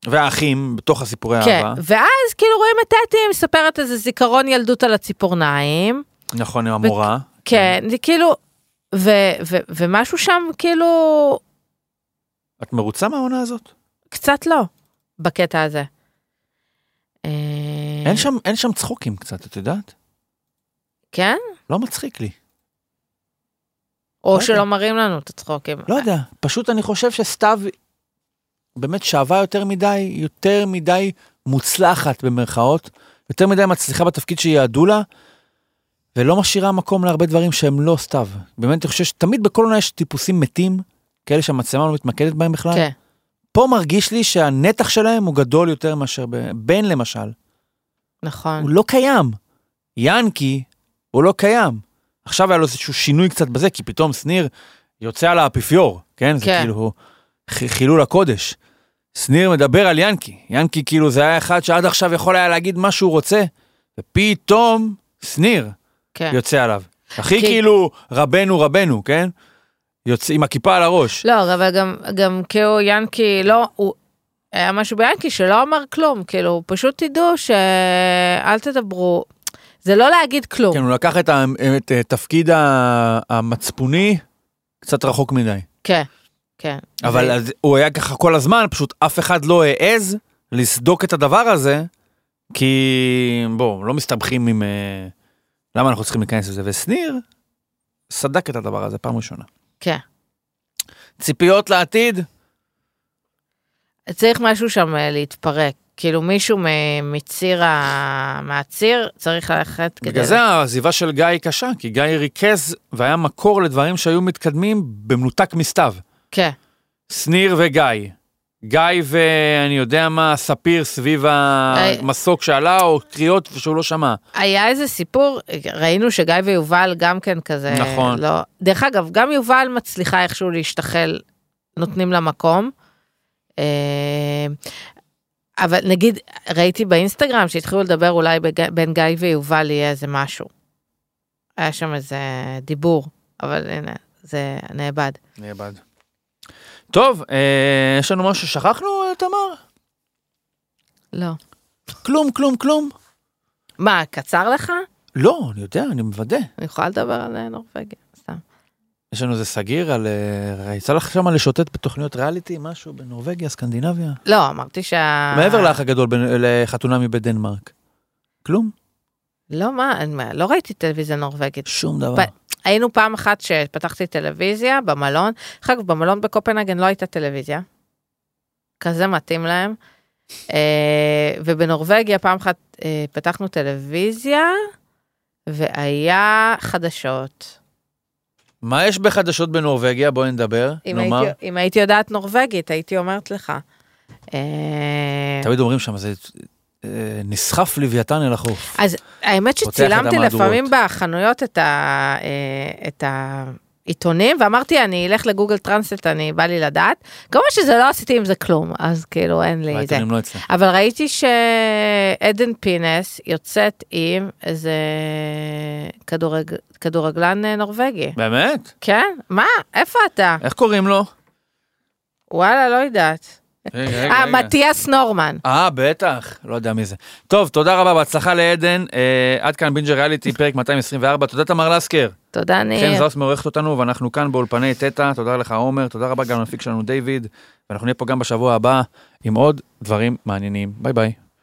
Speaker 1: והאחים, בתוך הסיפורי
Speaker 2: כן,
Speaker 1: אהבה.
Speaker 2: ואז כאילו רואים את אתי היא מספרת איזה זיכרון ילדות על הציפורניים,
Speaker 1: נכון, עם המורה.
Speaker 2: כן, זה כאילו, ו- ו- ומשהו שם כאילו,
Speaker 1: את מרוצה מהעונה הזאת?
Speaker 2: קצת לא, בקטע הזה. אה,
Speaker 1: אין שם, אין שם צחוקים קצת, את יודעת?
Speaker 2: כן?
Speaker 1: לא מצחיק לי.
Speaker 2: או
Speaker 1: לא יודע.
Speaker 2: שלא מראים לנו את הצחוקים.
Speaker 1: לא יודע. פשוט אני חושב שסתיו באמת שאבה יותר מדי, יותר מדי מוצלחת במרכאות, יותר מדי מצליחה בתפקיד שיעדו לה, ולא משאירה מקום להרבה דברים שהם לא סתיו. באמת, אני חושב שתמיד בכל עונה יש טיפוסים מתים, כאלה שהמצלמה לא מתמקדת בהם בכלל.
Speaker 2: כן.
Speaker 1: פה מרגיש לי שהנתח שלהם הוא גדול יותר מאשר ב- בן למשל.
Speaker 2: נכון.
Speaker 1: הוא לא קיים. ינקי, הוא לא קיים. עכשיו היה לו איזשהו שינוי קצת בזה, כי פתאום שניר יוצא על האפיפיור, כן? זה
Speaker 2: כן.
Speaker 1: כאילו ח- חילול הקודש. שניר מדבר על ינקי. ינקי כאילו זה היה אחד שעד עכשיו יכול היה להגיד מה שהוא רוצה, ופתאום שניר
Speaker 2: כן.
Speaker 1: יוצא עליו. הכי
Speaker 2: כי-
Speaker 1: כאילו רבנו רבנו, כן? יוצא עם הכיפה על הראש.
Speaker 2: לא, אבל גם, גם כאילו ינקי, לא, הוא, היה משהו ביאנקי שלא אמר כלום, כאילו, פשוט תדעו שאל תדברו, זה לא להגיד כלום.
Speaker 1: כן, הוא לקח את, ה, את, אה, תפקיד ה- המצפוני קצת רחוק מדי.
Speaker 2: כן, כן.
Speaker 1: אבל
Speaker 2: זה-
Speaker 1: אז הוא היה ככה כל הזמן, פשוט אף אחד לא העז לסדוק את הדבר הזה, כי בואו, לא מסתבכים עם... אה, למה אנחנו צריכים להיכנס לזה? ושניר סדק את הדבר הזה פעם ראשונה.
Speaker 2: כן.
Speaker 1: ציפיות לעתיד?
Speaker 2: צריך משהו שם אה, להתפרק. כאילו מישהו מ- מציר, ה... מהציר, צריך ללכת כדי...
Speaker 1: בגלל זה העזיבה של גיא היא קשה, כי גיא ריכז והיה מקור לדברים שהיו מתקדמים במנותק מסתיו.
Speaker 2: כן,
Speaker 1: שניר וגיא. גיא ואני יודע מה, ספיר סביב המסוק שעלה, או קריאות שהוא לא שמע.
Speaker 2: היה איזה סיפור, ראינו שגיא ויובל גם כן כזה...
Speaker 1: נכון.
Speaker 2: לא... דרך אגב, גם יובל מצליחה איכשהו להשתחל, נותנים לה מקום. אה, אבל נגיד, ראיתי באינסטגרם שהתחילו לדבר אולי בג... בין גיא ויובל יהיה איזה משהו. היה שם איזה דיבור, אבל הנה, זה נאבד.
Speaker 1: נאבד. טוב, אה, יש לנו משהו ששכחנו, אה, תמר?
Speaker 2: לא.
Speaker 1: כלום, כלום, כלום.
Speaker 2: מה, קצר לך?
Speaker 1: לא, אני יודע, אני מוודא.
Speaker 2: אני יכולה לדבר על אה, נורבגיה, סתם.
Speaker 1: יש לנו איזה סגיר על... אה, יצא לך שם לשוטט בתוכניות ריאליטי, משהו בנורבגיה, סקנדינביה?
Speaker 2: לא, אמרתי שה...
Speaker 1: מעבר לאח הגדול, בנ- לחתונמי בדנמרק. כלום?
Speaker 2: לא, מה, אני- מה, לא ראיתי טלוויזיה נורבגית.
Speaker 1: שום דבר.
Speaker 2: ב- היינו פעם אחת שפתחתי טלוויזיה במלון, אחר כך במלון בקופנהגן לא הייתה טלוויזיה. כזה מתאים להם. אה, ובנורבגיה פעם אחת אה, פתחנו טלוויזיה, והיה חדשות.
Speaker 1: מה יש בחדשות בנורבגיה? בואי נדבר.
Speaker 2: אם
Speaker 1: נאמר.
Speaker 2: הייתי- אם הייתי יודעת נורבגית, הייתי אומרת לך. אה,
Speaker 1: תמיד אומרים שם, זה אה, נסחף לוויתן אל החוף.
Speaker 2: אז האמת
Speaker 1: פותח את
Speaker 2: שצילמתי
Speaker 1: המהדורות.
Speaker 2: לפעמים בחנויות את, ה, אה, את העיתונים, ואמרתי, אני אלך לגוגל טרנסלט, אני בא לי לדעת. כמובן שזה לא עשיתי עם זה כלום, אז כאילו אין לי זה.
Speaker 1: העיתונים לא אצלם.
Speaker 2: אבל ראיתי שעדן פינס יוצאת עם איזה כדורג... כדורגלן אה, נורבגי.
Speaker 1: באמת?
Speaker 2: כן? מה? איפה אתה?
Speaker 1: איך קוראים
Speaker 2: אה,
Speaker 1: לו?
Speaker 2: וואלה, לא יודעת.
Speaker 1: רגע, כן. רגע,
Speaker 2: אה,
Speaker 1: רגע.
Speaker 2: מתיאס נורמן.
Speaker 1: אה, בטח, לא יודע מי זה. טוב, תודה רבה, בהצלחה לעדן. אה, עד כאן בינג'ר ריאליטי, פרק 224. תודה תמר לסקר.
Speaker 2: תודה,
Speaker 1: חן
Speaker 2: ניר.
Speaker 1: זרס מעורכת אותנו, ואנחנו כאן באולפני תטא. תודה לך, עומר. תודה רבה גם למפיק שלנו, דיוויד. ואנחנו נהיה פה גם בשבוע הבא עם עוד דברים מעניינים. ביי ביי.